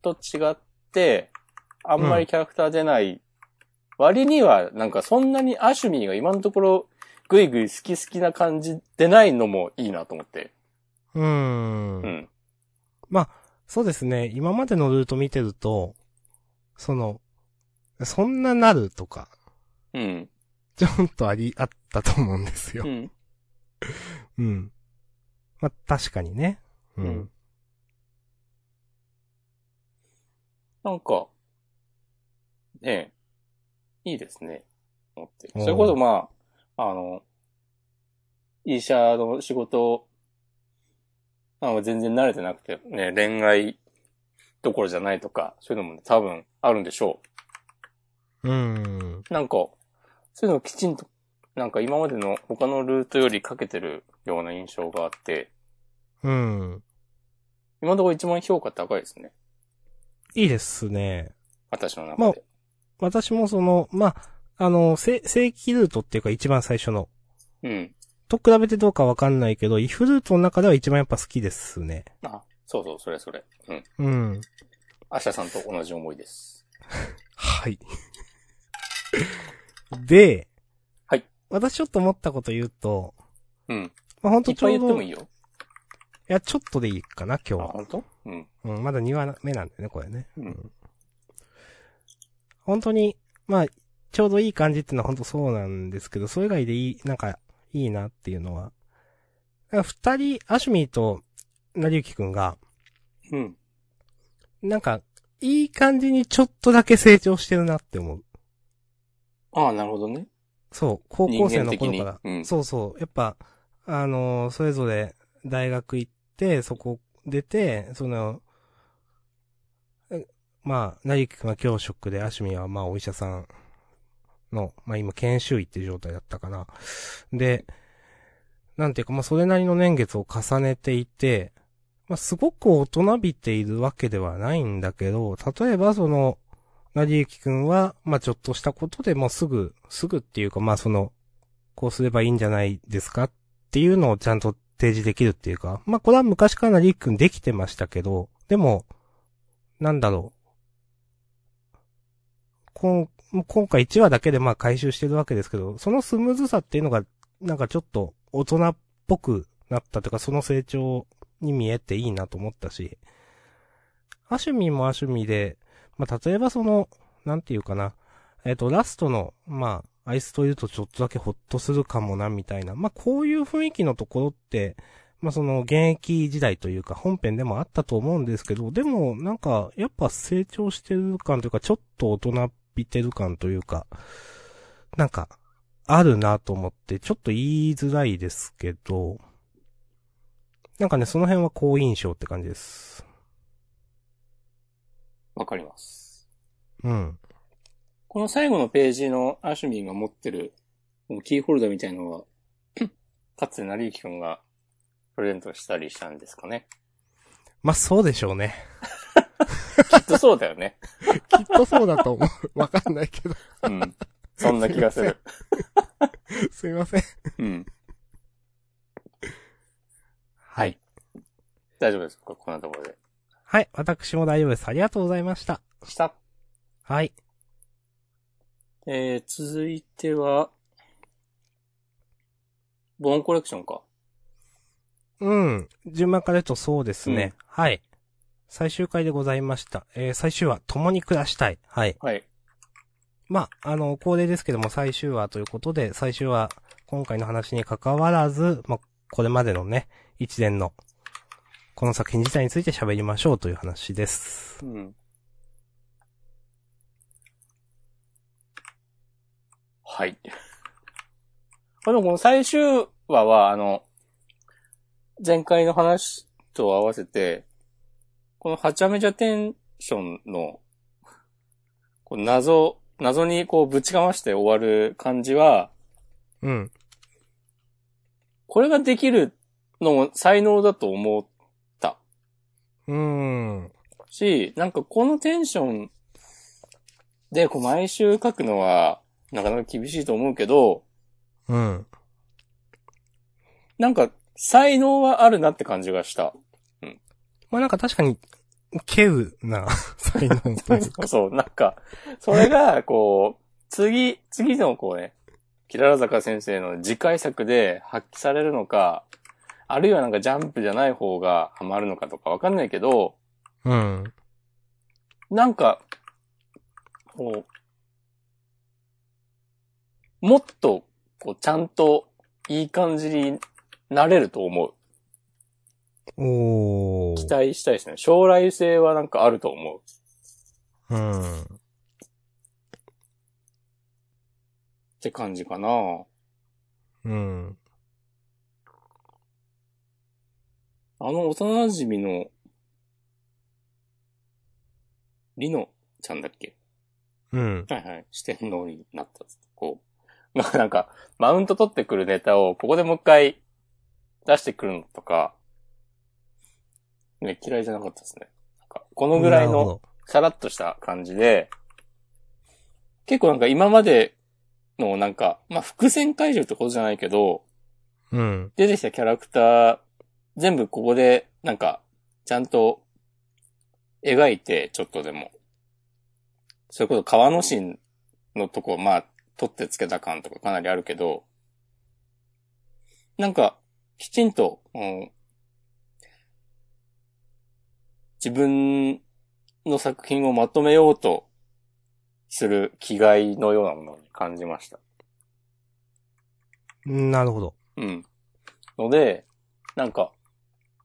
と違って、あんまりキャラクター出ない、割には、なんかそんなにアシュミーが今のところ、ぐいぐい好き好きな感じでないのもいいなと思って。
うん
う。ん。
そうですね。今までのルート見てると、その、そんななるとか、
うん。
ちょっとあり、あったと思うんですよ
う。ん。
うん。まあ、確かにね。うん。
なんか、ねえ、いいですね。思って。
うん
それこそまあ、あの、医者の仕事、あの全然慣れてなくて、ね、恋愛どころじゃないとか、そういうのも、ね、多分あるんでしょ
う
う。
ん。
なんか、そういうのをきちんと、なんか今までの他のルートよりかけてるような印象があって、
うん。
今のところ一番評価高いですね。
いいですね。
私の中で。
まあ私もその、まあ、あの、正正規ルートっていうか一番最初の、
うん。
と比べてどうかわかんないけど、イフルートの中では一番やっぱ好きですね。
あ、そうそう、それそれ。うん。
うん。
アシャさんと同じ思いです。
はい。で、
はい。
私ちょっと思ったこと言うと、
うん。
まあ、ほん
い
と
っ
ちょ
ぱ
う
い
ど、
言ってもいいよ。
いや、ちょっとでいいかな、
あ、
今日は。
本当？うん。
うん、まだ2話目なんでね、これね。
うん
本当に、まあ、ちょうどいい感じっていうのは本当そうなんですけど、それ以外でいい、なんか、いいなっていうのは。なんか二人、アシュミーと、なりゆきくんが、
うん。
なんか、いい感じにちょっとだけ成長してるなって思う。
ああ、なるほどね。
そう、高校生の頃か
人
ら。
間的にうん
そうそう。やっぱ、あのーそれぞれ大学行って、そこ出て、その、えまあ、成木くんは教職で、アシュミはまあお医者さんの、まあ今研修医っていう状態だったかな。で、なんていうか、まあそれなりの年月を重ねていて、まあすごく大人びているわけではないんだけど、例えばその、成りゆきくんは、まあ、ちょっとしたことでもうすぐ、すぐっていうか、まあ、その、こうすればいいんじゃないですかっていうのをちゃんと提示できるっていうか、まあ、これは昔から成りゆきくんできてましたけど、でも、なんだろう。こん今回1話だけでまあ回収してるわけですけど、そのスムーズさっていうのが、なんかちょっと大人っぽくなったというか、その成長に見えていいなと思ったし、アシュミもアシュミで、まあ、例えばその、なんていうかな、えっ、と、ラストの、まあ、アイスといるとちょっとだけほっとするかもな、みたいな。まあ、こういう雰囲気のところって、まあ、その、現役時代というか、本編でもあったと思うんですけど、でも、なんか、やっぱ成長してる感というか、ちょっと大人びてる感というか、なんか、あるなと思って、ちょっと言いづらいですけど、なんかね、その辺は好印象って感じです。
わかります。
うん。
この最後のページのアシュミンが持ってるキーホルダーみたい のは、かつて成幸くんがプレゼントしたりしたんですかね。
まあ、そうでしょうね。
きっとそうだよね。
きっとそうだと思う。わかんないけど。
うん。そんな気がする。
すいません。
うん。
はい。
大丈夫ですかこんなところで。
はい。私も大丈夫です。ありがとうございました。
した。
はい。
えー、続いては、ボーンコレクションか。
うん。順番から言うとそうですね。はい。最終回でございました。えー、最終話、共に暮らしたい。はい。
はい。
まあ、あの、恒例ですけども、最終話ということで、最終話、今回の話に関わらず、まあ、これまでのね、一連の、この作品自体について喋りましょうという話です。
うん。はい。あの、この最終話は、あの、前回の話と合わせて、このはちゃめちゃテンションの、こう謎、謎にこうぶちかまして終わる感じは、
うん。
これができるのも才能だと思う
うーん。
し、なんかこのテンションで、こう毎週書くのは、なかなか厳しいと思うけど、
うん。
なんか才能はあるなって感じがした。
まあ、なんか確かに、稀有な 才能というか。
そう、なんか、それが、こう、次、次のこうね、キララ坂先生の次回作で発揮されるのか、あるいはなんかジャンプじゃない方がハマるのかとかわかんないけど、
うん。
なんか、こう、もっと、こう、ちゃんと、いい感じになれると思う。
お
期
ー。
待したいですね。将来性はなんかあると思う。
うん。
って感じかな。
うん。
あの、幼馴染の、りのちゃんだっけ
うん。
はいはい。四天王になったっつってこう。 なんかなんか、マウント取ってくるネタを、ここでもう一回出してくるのとか、ね、嫌いじゃなかったですね。なんか、このぐらい
なる
の
ほど。
さらっとした感じで、結構なんか今までのなんか、まあ、伏線回収ってことじゃないけど、
うん。
出てきたキャラクター、全部ここで、なんか、ちゃんと、描いて、ちょっとでも。それこそ川野市のとこ、まあ、取ってつけた感とかかなりあるけど、なんか、きちんと、うん、自分の作品をまとめようとする気概のようなものに感じました。
なるほど。
うん。ので、なんか、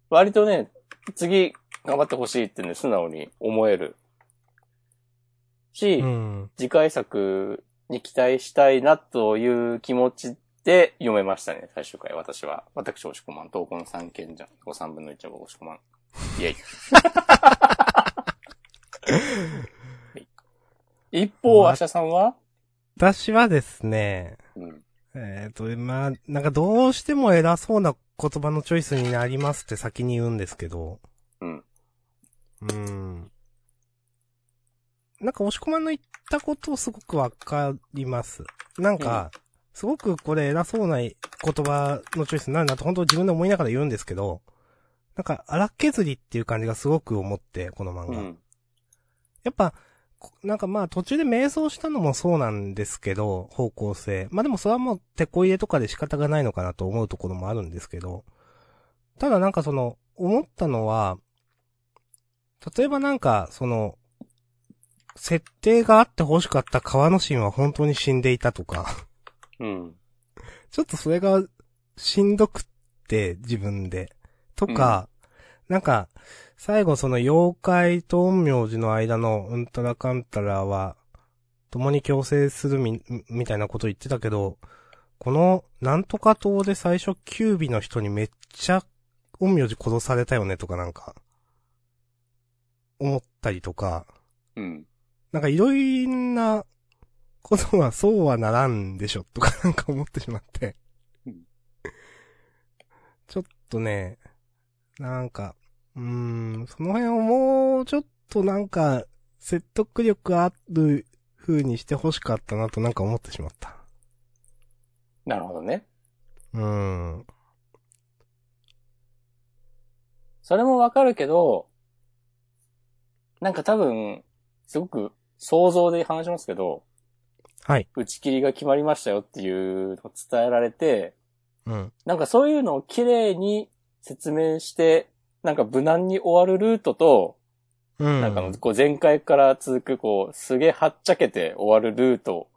割とね、次頑張ってほしいってね、素直に思えるし、
うん。
次回作に期待したいなという気持ちで読めましたね、最終回、私は。私、押し込まん、投稿の3件じゃん。5、3分の1は押し込まん。イ ェイ。はい一方、
ま
アシャさんは、
私はですね、
うん、
えっ、と、まあ、なんかどうしても偉そうな言葉のチョイスになりますって先に言うんですけど。
うん。
うーん。なんか、押し込まんの言ったことすごくわかります。なんか、すごくこれ偉そうな言葉のチョイスになるなと本当自分で思いながら言うんですけど、なんか荒削りっていう感じがすごく思って、この漫
う
画。
ん、
やっぱ、こなんかまあ途中で迷走したのもそうなんですけど、方向性。まあでもそれはもう手こ入れとかで仕方がないのかなと思うところもあるんですけど、ただなんかその、思ったのは、例えばなんか、その、設定があって欲しかった川の神は本当に死んでいたとか、
うん、
ちょっとそれがしんどくって、自分で。とか、なんか、最後その妖怪と陰陽師の間のうんたらかんたらは、共に共生するみ、みたいなこと言ってたけど、この、なんとか島で最初、キュービの人にめっちゃ、陰陽師殺されたよねとかなんか、思ったりとか、
うん、
なんかいろいろなことはそうはならんでしょとかなんか思ってしまって
うん。
ちょっとね、なんか、うーん、その辺をもうちょっとなんか説得力ある風にして欲しかったなとなんか思ってしまった。
なるほどね。
うーん。
それもわかるけど、なんか多分、すごく想像で話しますけど、
はい。
打ち切りが決まりましたよっていうのを伝えられて、
うん。
なんかそういうのを綺麗に説明して、なんか無難に終わるルートと、
うん。
なんかあのこう前回から続くこう、すげえはっちゃけて終わるルート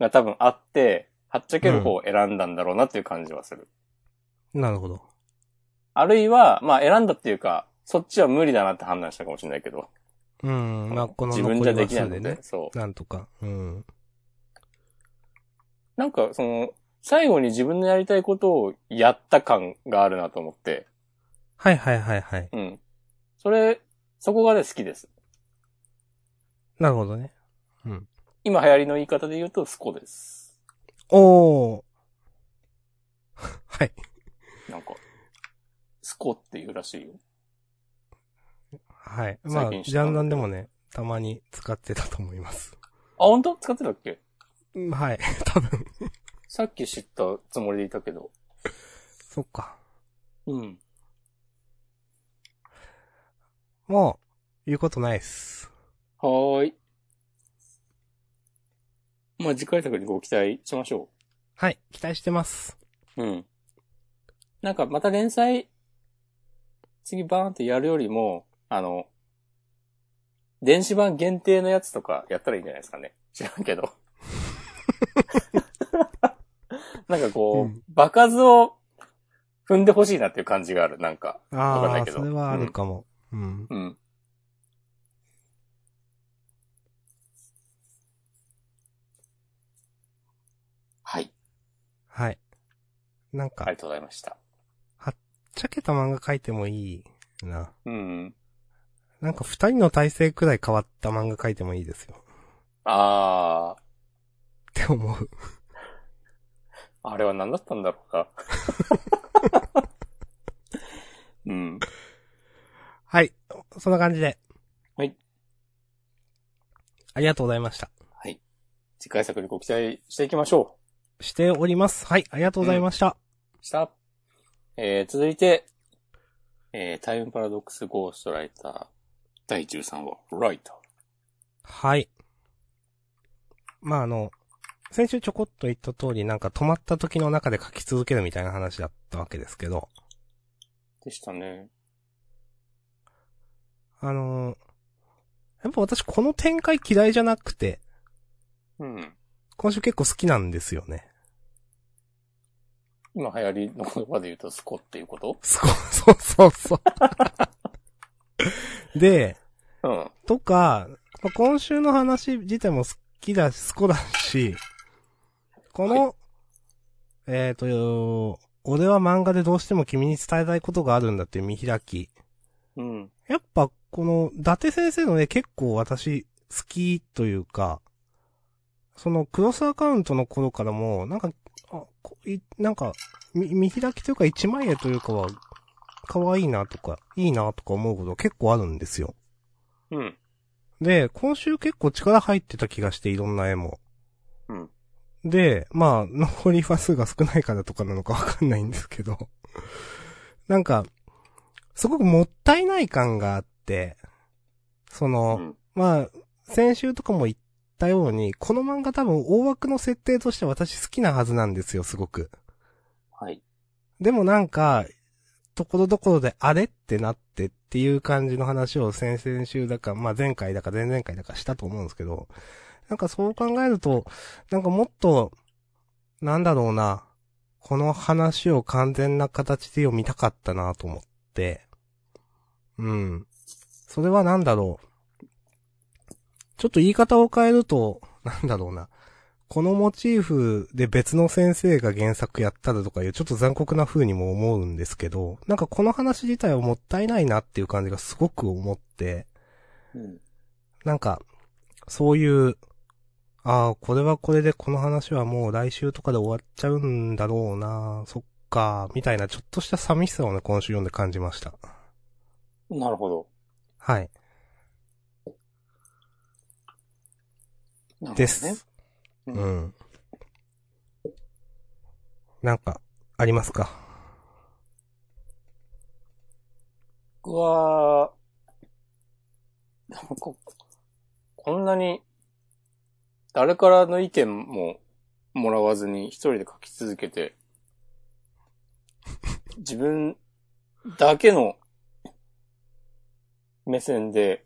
が多分あって、はっちゃける方を選んだんだろうなっていう感じはする。
なるほど。
あるいは、まあ選んだっていうか、そっちは無理だなって判断したかもしれないけど。
うん。まあ、この
自
残り
分じゃできない
話
の
で
で
ね。
そう。
なんとか。うん。
なんか、その、最後に自分のやりたいことをやった感があるなと思って。
はいはいはいはい。
うん。それ、そこがね、好きです。
なるほどね。
今流行りの言い方で言うと、スコです。
おー。はい。
なんか、スコっていうらしいよ。
はい。まあ、
最近知
ジ
った
ャンダンでもね、たまに使ってたと思います。
あ、本当使ってたっけ
うんはい。多分。
さっき知ったつもりでいたけど。
そっか。
うん。
もう、言うことないっす。
はーい。まあ、次回作にご期待しましょ
はい。期待してます。
う。うん。なんか、また連載、次バーンってやるよりも、あの、電子版限定のやつとかやったらいいんじゃないですかね。知らんけど。 なんかこう、
うん
場数を踏んでほしいなっていう感じがある、なんか。わかんな
あ
い
あ、
けど
それはあるかも。うん。
うん。はい。
はい。なんか、
ありがとうございました。
ちゃけた漫画書いてもいいな。
うん。
なんか二人の体制くらい変わった漫画書いてもいいですよ。
あ
って思う。
ー、あれは何だったんだろう か。うん。
はい。そんな感じで。
はい。
ありがとうございました。
次回作にご期待していきましょ
しております。はい。ありがとうございました。
う。した。えー、続いて、えー、タイムパラドックスゴーストライター、第13話、ライター。
はい。まあ、あの、先週ちょこっと言った通り、なんか止まった時の中で書き続けるみたいな話だったわけですけど、
でしたね。
あのーやっぱ私この展開嫌いじゃなくて、
うん。
今週結構好きなんですよね。
今流行りの言葉で言うと、スコっていうこと
すごい、そうそうそう。で、
うん。
とか、まあ今週の話自体も好きだし、好きだし、この、えっ、と、俺は漫画でどうしても君に伝えたいことがあるんだっていう見開き。
うん。
やっぱ、この、伊達先生のね、結構私、好きというか、その、クロスアカウントの頃からも、なんか、あ、こいなんか、見、見開きというか、一枚絵というかは、可愛いなとか、いいなとか思うこと結構あるんですよ。
うん。
で、今週結構力入ってた気がして、いろんな絵も。
うん。
で、まあ、残りファ数が少ないからとかなのかわかんないんですけど、 なんか、すごくもったいない感があって、そうの、
ん。
まあ、先週とかも言ったように、この漫画多分大枠の設定として私好きなはずなんですよ、すごく。
はい。
でもなんか、ところどころであれってなってっていう感じの話を先々週だか、まあ前回だか前々回だかしたと思うんですけど、なんかそう考えると、なんかもっと、なんだろうな、この話を完全な形で読みたかったなと思って、うん。それはなんだろう。ちょっと言い方を変えると、なんだろうな。このモチーフで別の先生が原作やったらとかいう、ちょっと残酷な風にも思うんですけど、なんかこの話自体はもったいないなっていう感じがすごく思って、
うん。
なんか、そういう、ああ、これはこれでこの話はもう来週とかで終わっちゃうんだろうな、そっか、みたいなちょっとした寂しさをね、今週読んで感じました。
なるほど。
はい。
なるほどね
です。
う。
うんん。なんか、ありますか
僕は、なんか、こんなに、誰からの意見ももらわずに一人で書き続けて、自分だけの目線で、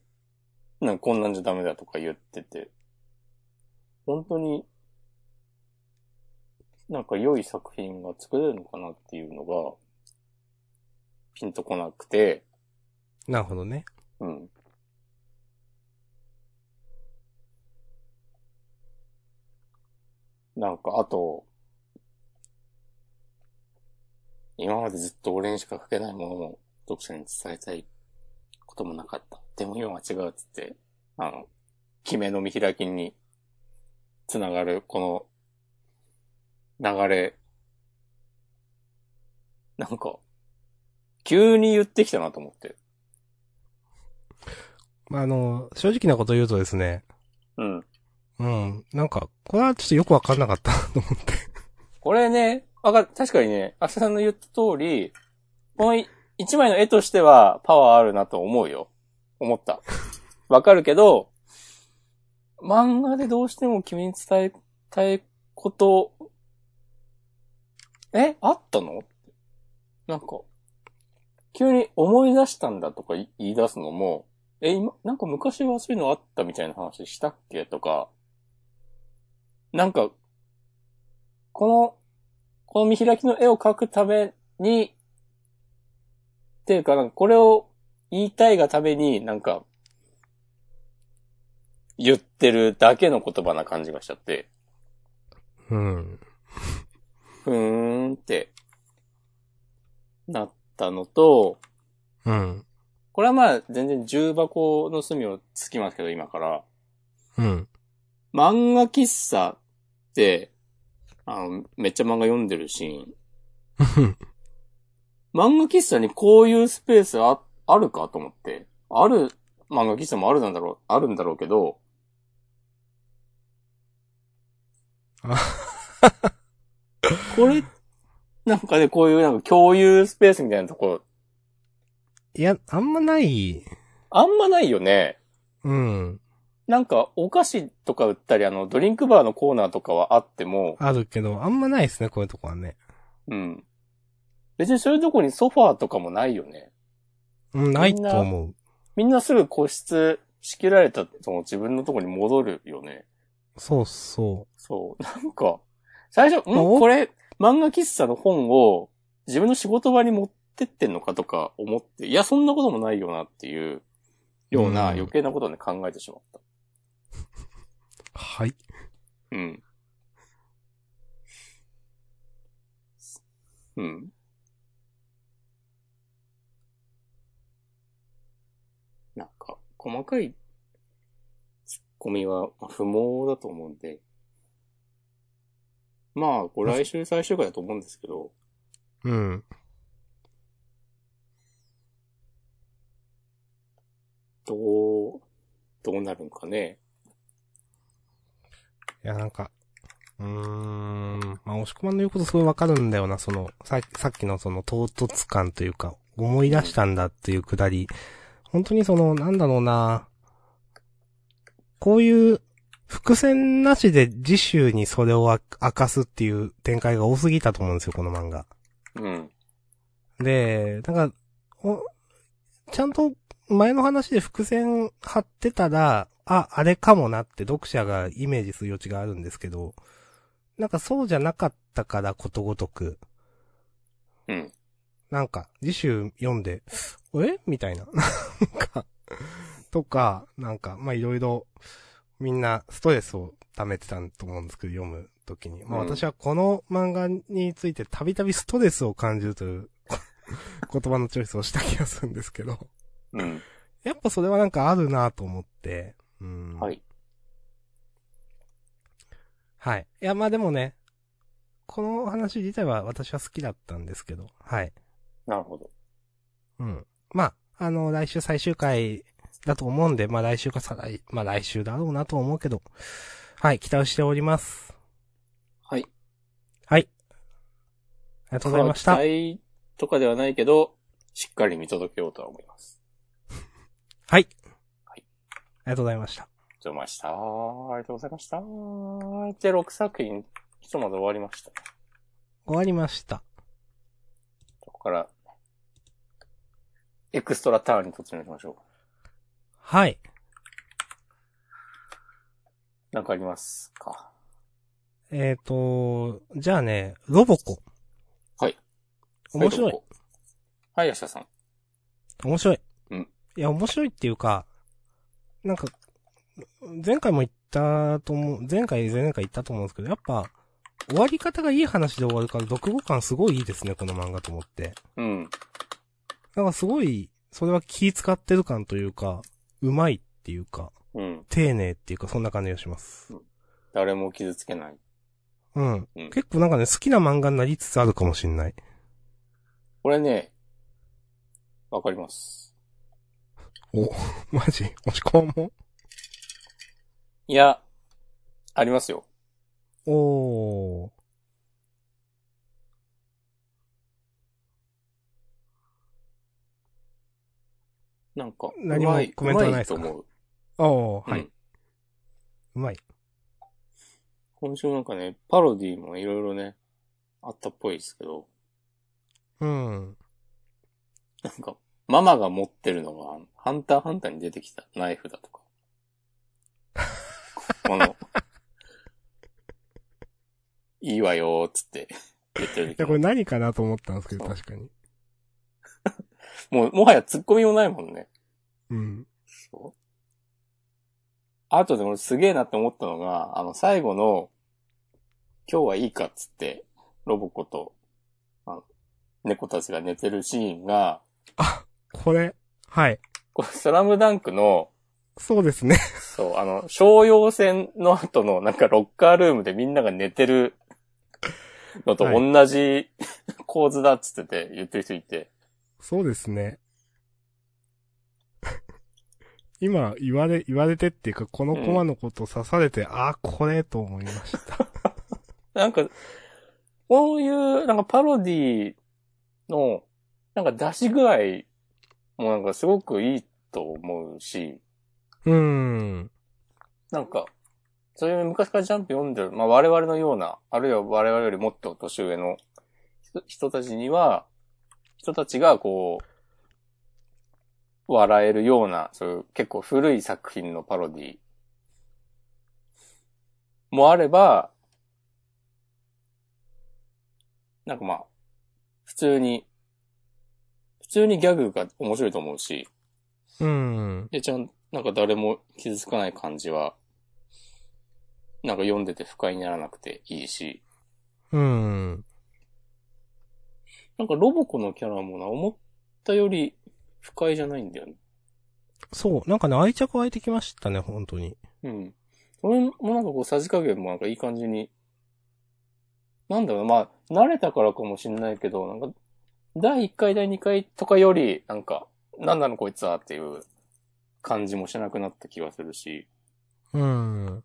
なんかこんなんじゃダメだとか言ってて、本当に、なんか良い作品が作れるのかなっていうのが、ピンとこなくて、
なるほどね。
うん。なんか、あと、今までずっと俺にしか書けないものも読者に伝えたいこともなかった。でも今は違うっつって、あの、決めの見開きにつながるこの流れ、なんか、急に言ってきたなと思って。
まあ、あの、正直なこと言うとですね、
うん。
うん、なんか、これはちょっとよくわかんなかったなと思って。
これね、わか、確かにね、明日さんの言った通り、この一枚の絵としてはパワーあるなと思うよ。思った。わかるけど、漫画でどうしても君に伝えたいこと、えあったのなんか、急に思い出したんだとか言い出すのも、え、今、なんか昔はそういうのあったみたいな話したっけとか、なんか、この、この見開きの絵を描くために、っていうか、なんかこれを言いたいがために、なんか、言ってるだけの言葉な感じがしちゃって、
うん。
ふーんって、なったのと、
うん。
これはまあ全然重箱の隅をつきますけど、今から。
うん。
漫画喫茶って、あの、めっちゃ漫画読んでるシーン漫画喫茶にこういうスペースあ、あるかと思って。ある、漫画喫茶もあるなんだろう、あるんだろうけど、これ、なんかね、こういうなんか共有スペースみたいなとこ、
いや、あんまない。
あんまないよね。
うん。
なんか、お菓子とか売ったり、あの、ドリンクバーのコーナーとかはあっても、
あるけど、あんまないですね、こういうとこはね。
うん。別にそういうとこにソファーとかもないよね。
うん、ないと思う。
みんなすぐ個室仕切られたその自分のとこに戻るよね。
そうそ
そう。なんか、最初、ん
お
これ、漫画喫茶の本を自分の仕事場に持ってってんのかとか思って、いや、そんなこともないよなっていうような
うん
余計なことをね、考えてしまった。
はい。
うん。うん。なんか、細かいツッコミはまあ不毛だと思うんで。まあ、ご来週最終回だと思うんですけど、
うん。
どう、どうなるんかね。
いや、なんか、うーん、まあ、押し込まんの言うことすごいわかるんだよな、その、ささっきのその唐突感というか、思い出したんだっていうくだり、本当にその、なんだろうな、こういう、伏線なしで次週にそれをあ明かすっていう展開が多すぎたと思うんですよ、この漫画。
うん。
で、なんか、おちゃんと前の話で伏線張ってたら、あ、あれかもなって読者がイメージする余地があるんですけど、なんかそうじゃなかったからことごとく、
うん。
なんか次週読んで、えみたいな。 なんか、とか、なんか、まあいろいろ、みんなストレスを溜めてたと思うんですけど、読むときに。まあ
うん
私はこの漫画についてたびたびストレスを感じるという 言葉のチョイスをした気がするんですけど、
うん。
やっぱそれはなんかあるなと思って、うん。
はい。
はい。いや、まあでもね、この話自体は私は好きだったんですけど、はい。
なるほど。
うん。まあ、あの、来週最終回だと思うんで、まあ来週か再来、まあ来週だろうなと思うけど、はい、期待をしております。
はい。
はい。ありがとうございました。
期待とかではないけど、しっかり見届けようとは思います。
はい。ありがとうございました。
ありがとうございました。ありがとうございました。で、6作品、ひとまず終わりました。
終わりました。
ここから、エクストラターンに突入しましょ
はい。
う。なんかありますか
えっ、ー、と、じゃあね、ロボコ。
はい。
面白い。。
はい、吉田さん。
面白い。
うん。
いや、面白いっていうか、なんか、前回も言ったと思う、前回、前々回言ったと思うんですけど、やっぱ、終わり方がいい話で終わるから、読後感すごいいいですね、この漫画と思って。
うん。
なんかすごい、それは気使ってる感というか、うまいっていうか、
うん。
丁寧っていうか、そんな感じがします。
誰も傷つけない。
うん。
うん
結構なんかね、好きな漫画になりつつあるかもしんない。
これね、わかります。
マジ押し込む
いや、ありますよ。
もおー。
なんか、
何も
うまい
コメントはないで
うまと
すか
思う。
おー、はい。
うん
うまい。
今週なんかね、パロディもいろいろね、あったっぽいですけど、
うん。
なんか、ママが持ってるのは、ハンターハンターに出てきたナイフだとか。この、 いいわよーっつって言ってる
いや、
時
これ何かなと思ったんですけど、確かに。
もう、もはやツッコミもないもんね。
うん。
そうあとで俺すげえなって思ったのが、あの、最後の、今日はいいかっつって、ロボコと、あの猫たちが寝てるシーンが、
これ、はい。
これ、スラムダンクの、
そうですね。
そう、あの、商用船の後の、なんかロッカールームでみんなが寝てるのと同じ構図だっつってて、言ってる人いて。
そうですね。 今、言われ、言われてっていうか、このコマのこと刺されて、ああ、これ、と思いました。
なんか、こういう、なんかパロディの、なんか出し具合もなんかすごくいいと思うし、
うーん。
なんか、そういう昔からジャンプ読んでる、まあ我々のような、あるいは我々よりもっと年上の人人たちには、人たちがこう、笑えるような、そういう結構古い作品のパロディもあれば、なんかまあ、普通に、普通にギャグが面白いと思うし、
うーん。
で、ちゃん、なんか誰も傷つかない感じは、なんか読んでて不快にならなくていいし、
うん。
なんかロボコのキャラもな、思ったより不快じゃないんだよね。
そう。なんかね、愛着湧いてきましたね、本当に。
うん。それもなんかこう、さじ加減もなんかいい感じに、なんだろうな、まあ、慣れたからかもしんないけど、なんか、第1回、第2回とかより、なんか、なんなのこいつはっていう感じもしなくなった気がするし、
うん。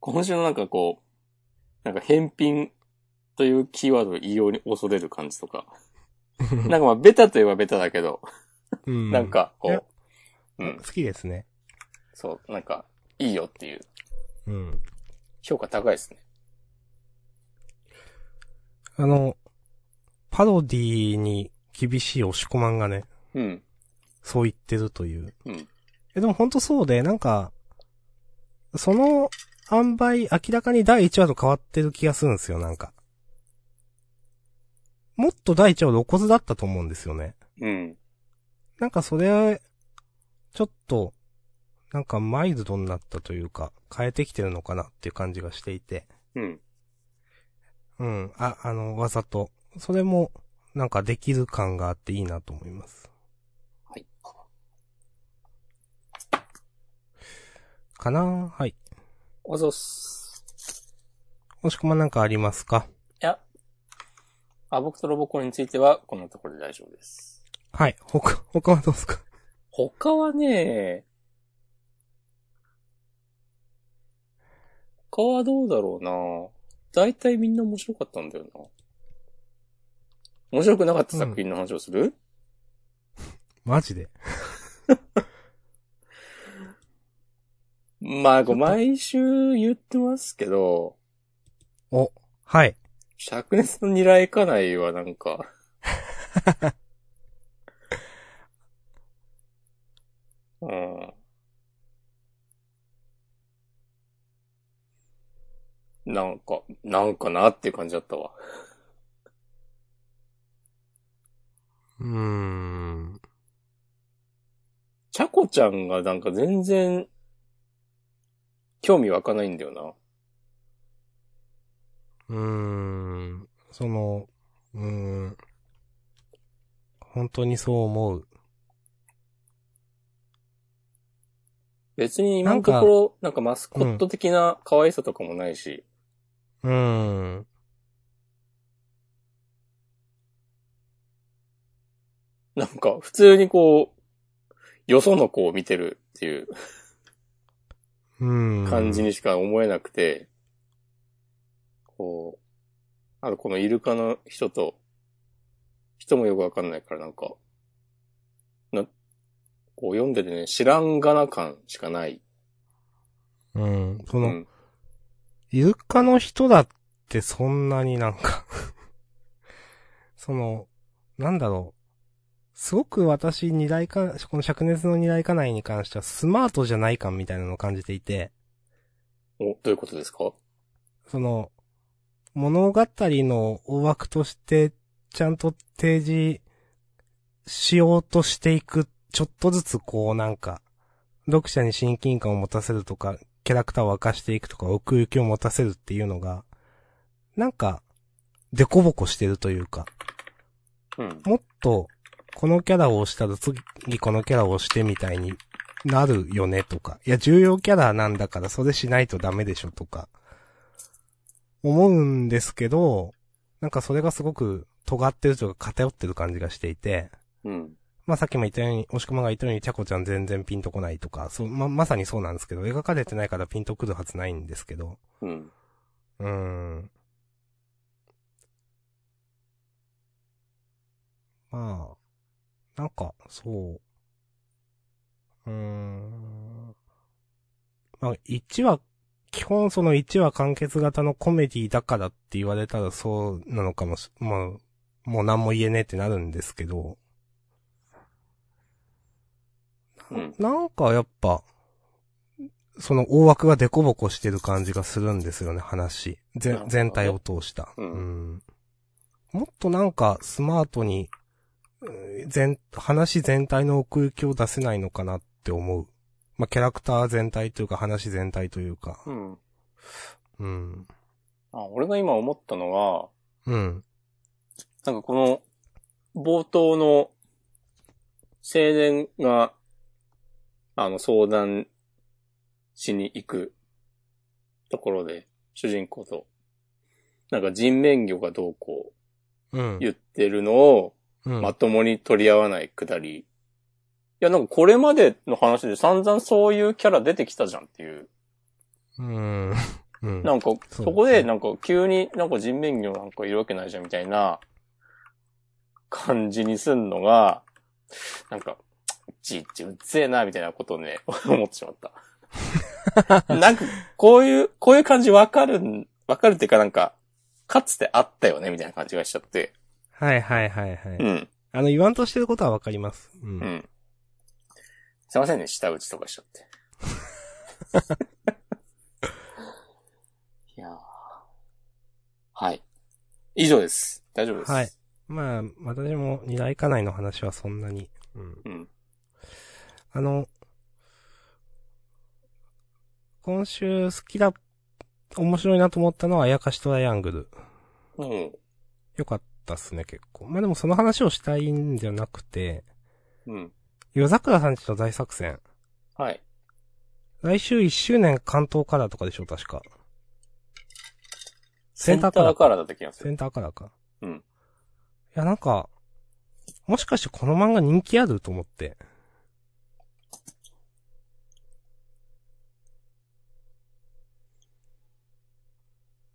今週のなんかこう、なんか返品というキーワードを異様に恐れる感じと か、なんかまあ、ベタといえばベタだけど、
うん
なん、か
いや
こう、う
好
ん、
きですね。
そう、なんか、いいよっていう、
うん。
評価高いですね。
あの、パロディに厳しい押し込まんがね、
うん、
そう言ってるという。
うん、
え、でも本当そうで、なんか、その、塩梅明らかに第1話と変わってる気がするんですよ、なんか。もっと第1話露骨だったと思うんですよね。
うん、
なんかそれ、ちょっと、なんかマイルドになったというか、変えてきてるのかなっていう感じがしていて。
うん、
うん。あ、あの、わざと。それも、なんかできる感があっていいなと思います。
はい。
かなはい。
おぞっす。
もしくはなんかありますか
いや、あ、僕とロボコについては、こんなところで大丈夫です。
はい。他、他はどうですか
他はね、他はどうだろうな大体みんな面白かったんだよな。面白くなかった作品の話をする、
マジで。
まあ、こう毎週言ってますけど、
お、はい。
灼熱のニライカナイはなん か、うん。なんか、なんかなっていう感じだったわ。
うーん。
チャコちゃんがなんか全然、興味湧かないんだよな。
うーん。その、うーん。本当にそう思う。
別に今のところ、なんかマスコット的な可愛さとかもないし、
うーん。
なんか普通にこう、よその子を見てるっていう
うーん。
感じ。にしか思えなくて、こう、あとこのイルカの人と、人もよくわかんないからなんか、な、こう読んでてね、知らんがな感しかない。
うん。そうの、
ん。
イルカの人だってそんなになんか、 その、なんだろう。すごく私、二大か、この灼熱の二大家内に関してはスマートじゃない感みたいなのを感じていて、
お、どういうことですか
その、物語の大枠として、ちゃんと提示しようとしていく、ちょっとずつこうなんか、読者に親近感を持たせるとか、キャラクターを明かしていくとか、奥行きを持たせるっていうのが、なんか、デコボコしてるというか、
うん。
もっと、このキャラを押したら次このキャラを押してみたいになるよねとか、いや、重要キャラなんだからそれしないとダメでしょとか、思うんですけど、なんかそれがすごく尖ってるというか偏ってる感じがしていて、
うん。
まあさっきも言ったように、押し込まが言ったように、ちゃこちゃん全然ピンとこないとか、そう、ま、まさにそうなんですけど、描かれてないからピンとくるはずないんですけど、
うん。
うーん。まあ、なんか、そう。うーん。まあ、1話、基本その1話完結型のコメディだからって言われたらそうなのかもし、まあ、もう何も言えねえってなるんですけど、
うん。
なんかやっぱ、その大枠がデコボコしてる感じがするんですよね、話。
な
ぜ
るほどね
全体を通した、
うん
うんもっとなんかスマートに、えー全、話全体の奥行きを出せないのかなって思う。まあ、キャラクター全体というか話全体というか、
うん。
うん。
あ、俺が今思ったのは、
うん。
なんかこの、冒頭の、青年が、あの、相談しに行くところで、主人公と、なんか人面魚がどうこ
うん
う。言ってるのを、
うん。
まともに取り合わないくだり。いや、なんかこれまでの話で散々そういうキャラ出てきたじゃんっていう。
うん。うん。
なんか、
そ
そうこで、なんか、急になんか人面魚なんかいるわけないじゃんみたいな感じにすんのが、なんか、いちいちうっぜえな、みたいなことをね、思ってしま った。なんか、こういう、こういう感じわかるん、わかるっていうかなんか、かつてあったよね、みたいな感じがしちゃって。
はいはいはいはい。
うん、
あの、言わんとしてることはわかります。うん。
うん。すいませんね、下打ちとかしちゃ って。いやーはい。以上です。大丈夫です。
はいまあ、私も二大家内の話はそんなに。うん。
うん。
あの、今週好きだ、面白いなと思ったのは、あやかしトライアングル。
うん。
よかったっすね、結構。まあでもその話をしたいんじゃなくて、
うん。
夜桜さんちの大作戦。
はい。
来週1周年関東カラーとかでしょ、確か。
セ
セ
ン
ン
タ
タ
ー
ー
カ
カ
ラ
ラ
ーだ
ー
った気がす
セ
る。
ンターカラーか。
うん
いや、なんか、もしかしてこの漫画人気あると思って。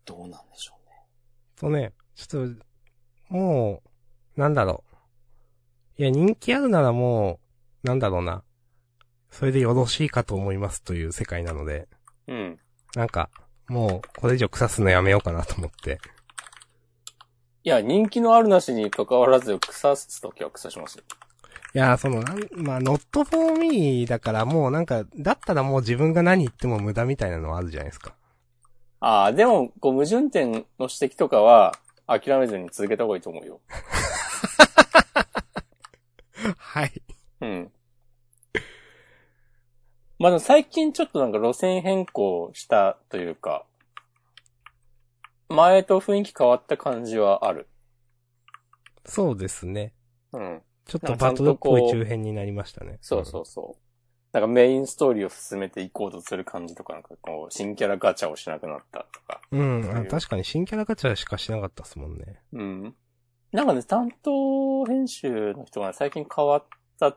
どうなんでしょうね。
とね、ちょっと、もう、なんだろう。いや、人気あるならもう、なんだろうな。それでよろしいかと思いますという世界なので、
うん。
なんか、もう、これ以上腐すのやめようかなと思って。
いや、人気のあるなしに関わらず、草すときは草しますよ。
いやー、その、なん、まあ、not for me だからもうなんか、だったらもう自分が何言っても無駄みたいなのはあるじゃないですか。
ああ、でも、こう、矛盾点の指摘とかは、諦めずに続けた方がいいと思うよ。
はい。
うん。まあ、でも最近ちょっとなんか路線変更したというか、前と雰囲気変わった感じはある。
そうですね。
うん。
ちょっとバトルっぽい中編になりましたね。
そうそうそう。なんかメインストーリーを進めていこうとする感じとか、なんかこう、新キャラガチャをしなくなったとか。
うん。うん、あ確かに新キャラガチャしかしなかったっすもんね。
うん。なんかね、担当編集の人が最近変わった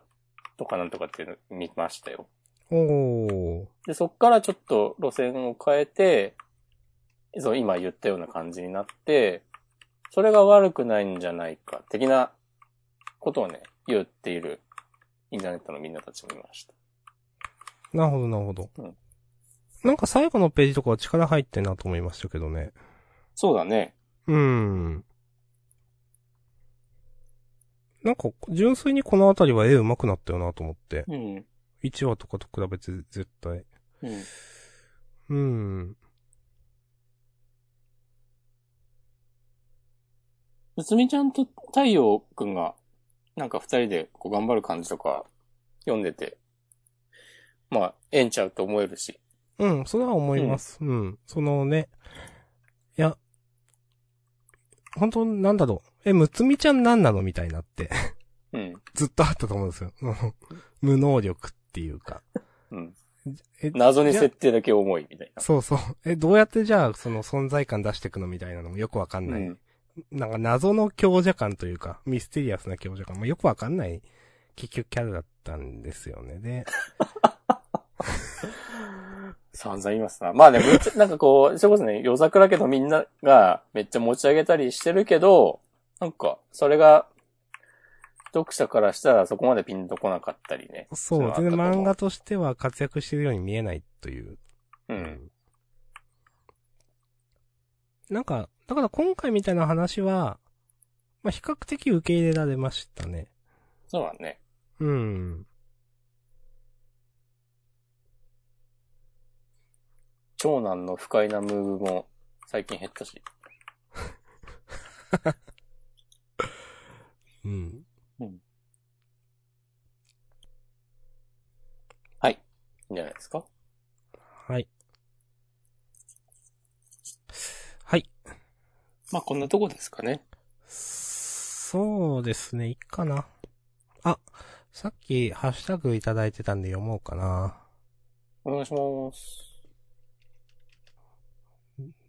とかなんとかっていうの見ましたよ。
おー。
で、そっからちょっと路線を変えて、そう、今言ったような感じになって、それが悪くないんじゃないか、的なことをね、言っているインターネットのみんなたちもいました。
なるほど、なるほど。
うん
なんか最後のページとかは力入ってんなと思いましたけどね。
そうだね。
うん。なんか、純粋にこのあたりは絵上手くなったよなと思って。
うん。
1話とかと比べて絶対。
うん。
うん。
むつみちゃんと太陽くんが、なんか二人でこう頑張る感じとか、読んでて、まあ、ええんちゃうと思えるし。
うん、それは思います。うん。そのね、いや、本当なんだろう。え、むつみちゃんなんなのみたいになって。
うん。
ずっとあったと思うんですよ。 無能力っていうか。
うん。
え
謎に設定だけ重いみたい
そうそう。え、どうやってじゃあ、その存在感出していくのみたいなのもよくわかん
な。
ない。
うん。
なんか謎の強者感というか、ミステリアスな強者感もよくわかんない、結局キャラだったんですよね。 で、
散々言いますな。まあね、む つなんかこう、それこそね、夜桜家のみんながめっちゃ持ち上げたりしてるけど、なんか、それが、読者からしたらそこまでピンとこなかったりね。
そう、
そ
全
れ
然
はあったと思う
漫画としては活躍してるように見えないという。
うん。
なんか、だから今回みたいな話は、まあ、比較的受け入れられましたね。
そうだね。
うん。
長男の不快なムーブも最近減ったし。
うん。
はい。いいんじゃないですか
はい。
まあ、こんなとこですかね。
そうですね、いっかな。あ、さっきハッシュタグいただいてたんで読もうかな。
お願いします。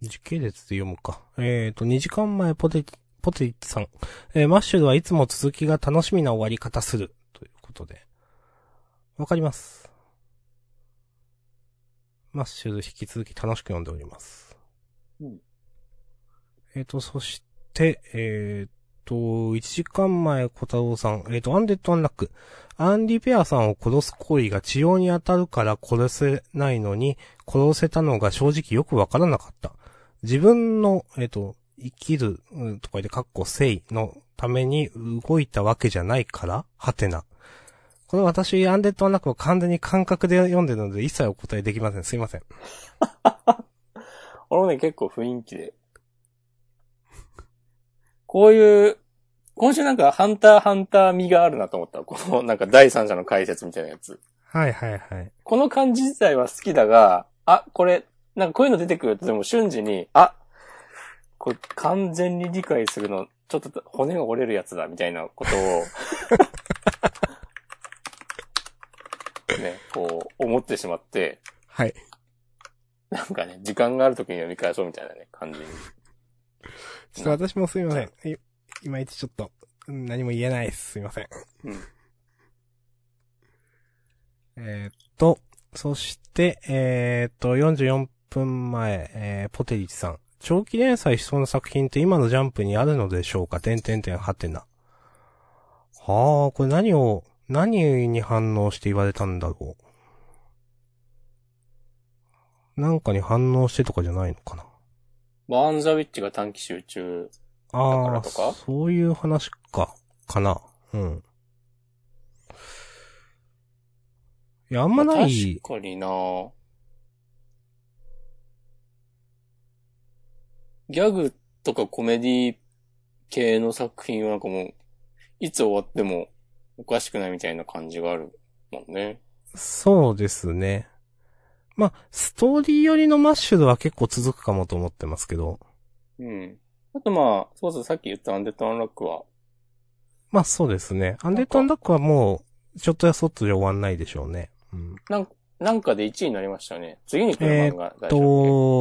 時系列で読むか。えーと、2時間前、ポテ、ポテイチさん。えーマッシュルはいつも続きが楽しみな終わり方する。ということで。わかります。マッシュル引き続き楽しく読んでおります。
うん
えーと、そして、えーと、1時間前、小太郎さん。えーと、アンデッド・アンラック。アンリペアさんを殺す行為が治療に当たるから殺せないのに、殺せたのが正直よくわからなかった。自分の、えっ、と、生きる、うんとか言って、かっこ正義のために動いたわけじゃないから、はてな。これ私、アンデッドアンラックを完全に感覚で読んでるので、一切お答えできません。すいません。
俺もね、結構雰囲気で。こういう、今週なんかハンターハンター味があるなと思った。このなんか第三者の解説みたいなやつ。
はいはいはい。
この感じ自体は好きだが、あ、これ、なんかこういうの出てくるとでも瞬時に、あ、これ完全に理解するの、ちょっと骨が折れるやつだ、みたいなことを、ね、こう、思ってしまって、
はい。
なんかね、時間がある時に読み返そうみたいなね、感じに。
ちょっと私もすいません。いいまいちちょっと、うん何も言えないです。すいません。
うん
えーっと、そして、えーっと、44分前、えーポテリチさん。長期連載しそうな作品って今のジャンプにあるのでしょうか点点点はてな。はあ、これ何を、何に反応して言われたんだろう。なんかに反応してとかじゃないのかな。
バーンザウィッチが短期集中。だか
あ
ら
あ
とか
ー、そういう話か、かな。うん。いや、あんまない。
確かになぁギャグとかコメディ系の作品はなんかもう、いつ終わってもおかしくないみたいな感じがあるもんね。
そうですね。まあ、ストーリー寄りのマッシュルは結構続くかもと思ってますけど。
うん。あとまあ、そうそうさっき言ったアンデッドアンラックは、
まあそうですね。アンデッドアンダックはもう、ちょっとやそっとで終わんないでしょうね。うん。
なんなんかで1位になりましたよね。次に来る漫画大丈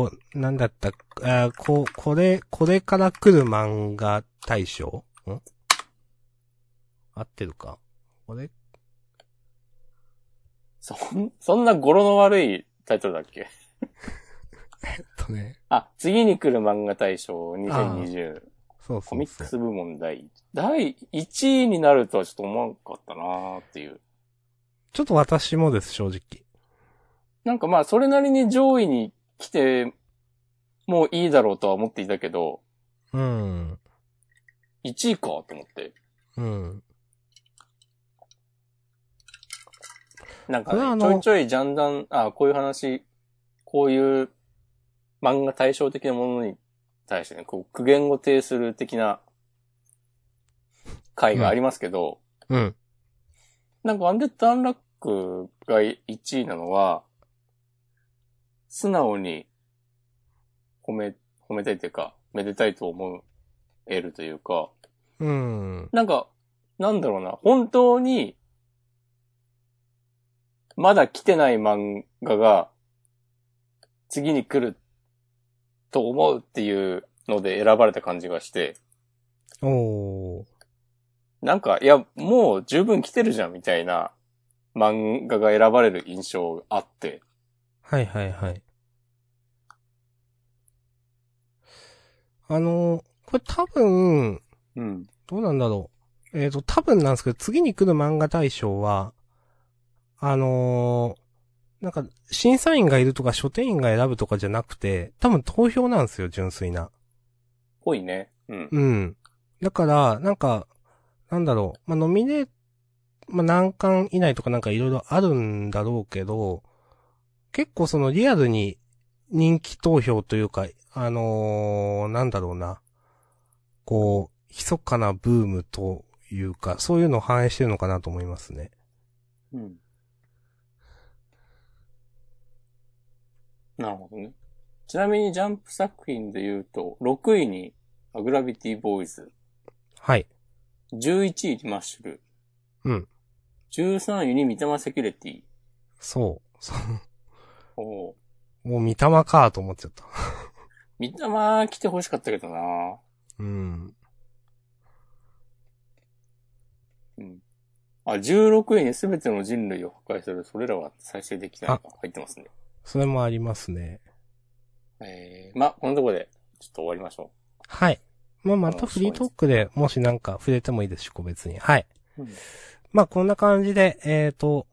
夫。
と、なんだったあーこ、これ、これから来る漫画大賞ん合ってるかこれ
そん、 そんな語呂の悪いタイトルだっけ
とね。
あ、次に来る漫画大賞2020。
そう
コ
そ
ミ
う
ック
そう。
ス部門第一第1位になるとはちょっと思わんかったなーっていう。
ちょっと私もです、正直。
なんかまあ、それなりに上位に来てもいいだろうとは思っていたけど、
うん。
1位かと思って。
うん。
なんか
これはあ
ね、ち
の
ょいちょいジャンダン、あこういう話、こういう漫画対照的なものに対してね、こう、苦言を呈する的な回がありますけど、
うん。
なんかアンデッド・アンラックが1位なのは、素直に褒め、褒めたいというか、めでたいと思えるというか、
うん。
なんか、なんだろうな、本当に、まだ来てない漫画が、次に来ると思うっていうので選ばれた感じがして、
おー。
なんか、いや、もう十分来てるじゃんみたいな漫画が選ばれる印象があって。
はいはいはい。あの、これ多分、
うん。
どうなんだろう。えっ、と、多分なんですけど、次に来る漫画大賞は、あのーなんか、審査員がいるとか書店員が選ぶとかじゃなくて、多分投票なんですよ、純粋な。
ぽいね。うん。
うん。だから、なんか、なんだろう。まあ、ノミネート、まあ、難関以内とかなんかいろいろあるんだろうけど、結構そのリアルに人気投票というか、あのーなんだろうな。こう、密かなブームというか、そういうのを反映してるのかなと思いますね。
うん。なるほどね。ちなみにジャンプ作品で言うと、6位に、アグラビティボーイズ。
はい。
11位にマッシュル。
うん。
13位に三玉セキュリティ。
そう。そう
おー
もう見たまかと思っちゃった。
三玉来て欲しかったけどな
うん。
うん。あ、16位に全ての人類を破壊する、それらは再生できない
あ
が入ってますね。
それもありますね。
えー、まあ、このとこで、ちょっと終わりましょ
はい。まあ、またフリートークでもしなんか触れてもいいですし、個別に。はい。
う。うん。
まあ、こんな感じで、えっ、と、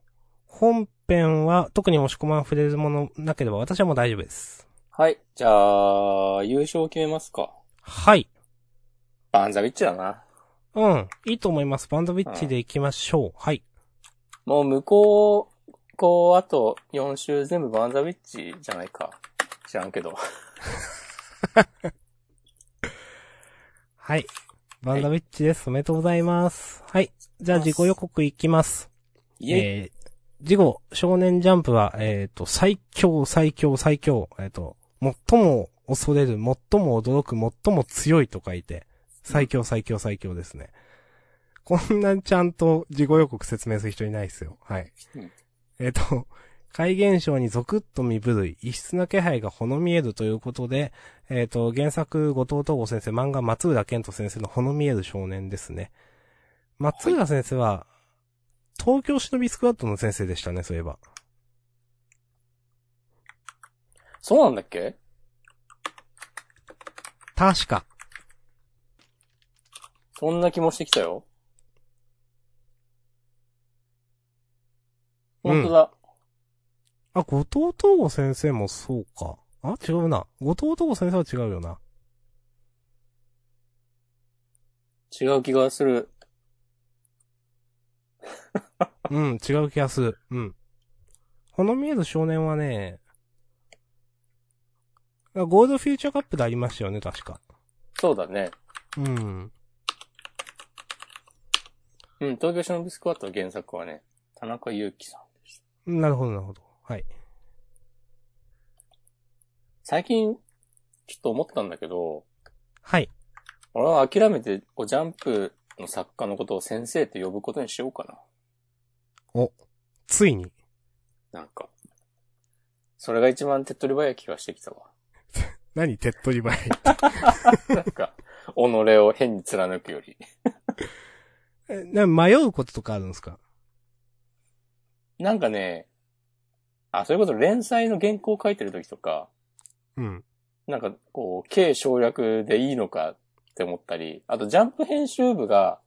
本編は特に押し込まん触れるものなければ私はもう大丈夫です。
はい。じゃあ、優勝決めますか。
はい。
バンザビッチだな。
うん。いいと思います。バンドビッチで行きましょう。はい。
もう向こう、こう、あと4週全部バンザビッチじゃないか。知らんけど。
はい。バンダビッチです。おめでとうございます。はい。じゃあ、事後予告いきます。
いえ、
えー、事後、少年ジャンプは、えっ、と、最強、最強、最強。えっ、と、最も恐れる、最も驚く、最も強いと書いて、最強、最強、最強ですね。こんなちゃんと事後予告説明する人いないですよ。はい
うん。
えっ、と、 怪現象にゾクッと身震い、異質な気配がほの見えるということで、えっ、と、原作、後藤東吾先生、漫画、松浦健人先生のほの見える少年ですね。松浦先生は、東京忍びスクワットの先生でしたね、そういえば。
そうなんだっけ
確か。
そんな気もしてきたよ。
うん
本当だ。
あ、後藤東吾先生もそうか。あ、違うな。後藤東吾先生は違うよな。
違う気がする。
うん、違う気がする。うん。この見える少年はね、あゴールドフューチャーカップでありましたよね、確か。
そうだね。
うん。
うん、東京忍びスクワットの原作はね、田中祐希さんでした。
なるほど、なるほど。はい。
最近、ちょっと思ったんだけど、
はい。
俺は諦めて、こうジャンプの作家のことを先生って呼ぶことにしようか
ついに。
な。なんか。それが一番手っ取り早い気がしてきたわ。
何手っ取り早い。
なんか、己を変に貫くより。
えな迷うこととかあるんですか
なんかね、あ、それこそ連載の原稿を書いてる時とか、
うん。
なんかこう、軽省略でいいのかって思ったり、あとジャンプ編集部が、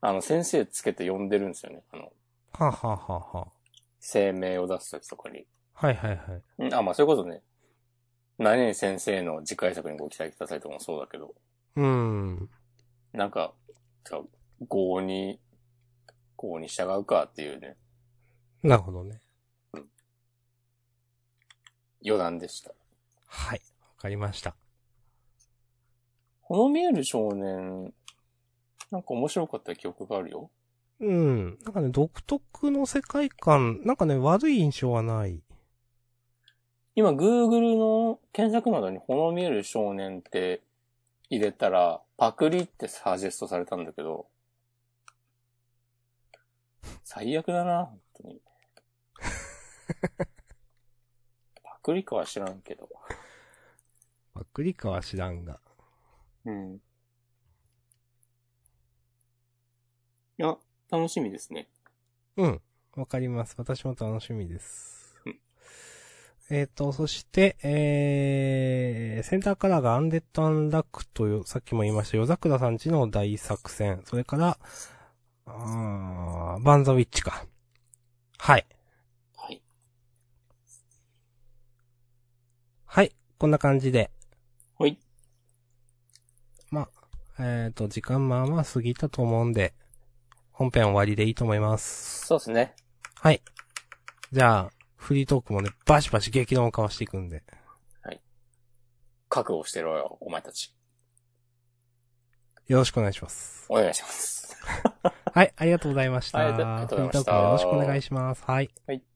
あの、先生つけて呼んでるんですよね。あの、
はあ、はあはあは
声明を出す時とかに。
あ、はいはいはい。
うんあ、まあ、そういうことね。何々先生の次回作にご期待くださいとかもそうだけど、
うん。
なんか、さ合に、合に従うかっていうね、
なるほどね。
余談でした。
はい。わかりました。
この見える少年、なんか面白かった記憶があるよ。
うん。なんかね、独特の世界観、なんかね、悪い印象はない。
今、Google の検索窓にこの見える少年って入れたら、パクリってサジェストされたんだけど、最悪だな、本当に。パクリかは知らんけど。
パクリかは知らんが。
うん。いや、楽しみですね。
うん。わかります。私も楽しみです
うん。
えっ、と、そして、えー、センターカラーがアンデッドアンラックという、さっきも言いました、夜桜さんちの大作戦。それから、あーバンザウィッチか。はい。
はい。
はい。こんな感じで。
はい。
えっ、と、時間まあまあ過ぎたと思うんで、本編終わりでいいと思います。
そうですね。
はい。じゃあ、フリートークもね、バシバシ激論を交わしていくんで。
覚悟してろよ、お前たち。
よろしくお願いします。
お願いします。
はい、ありがとうございました。
はいありがとうございました
フリートークもよろしくお願いします。はい。
はい。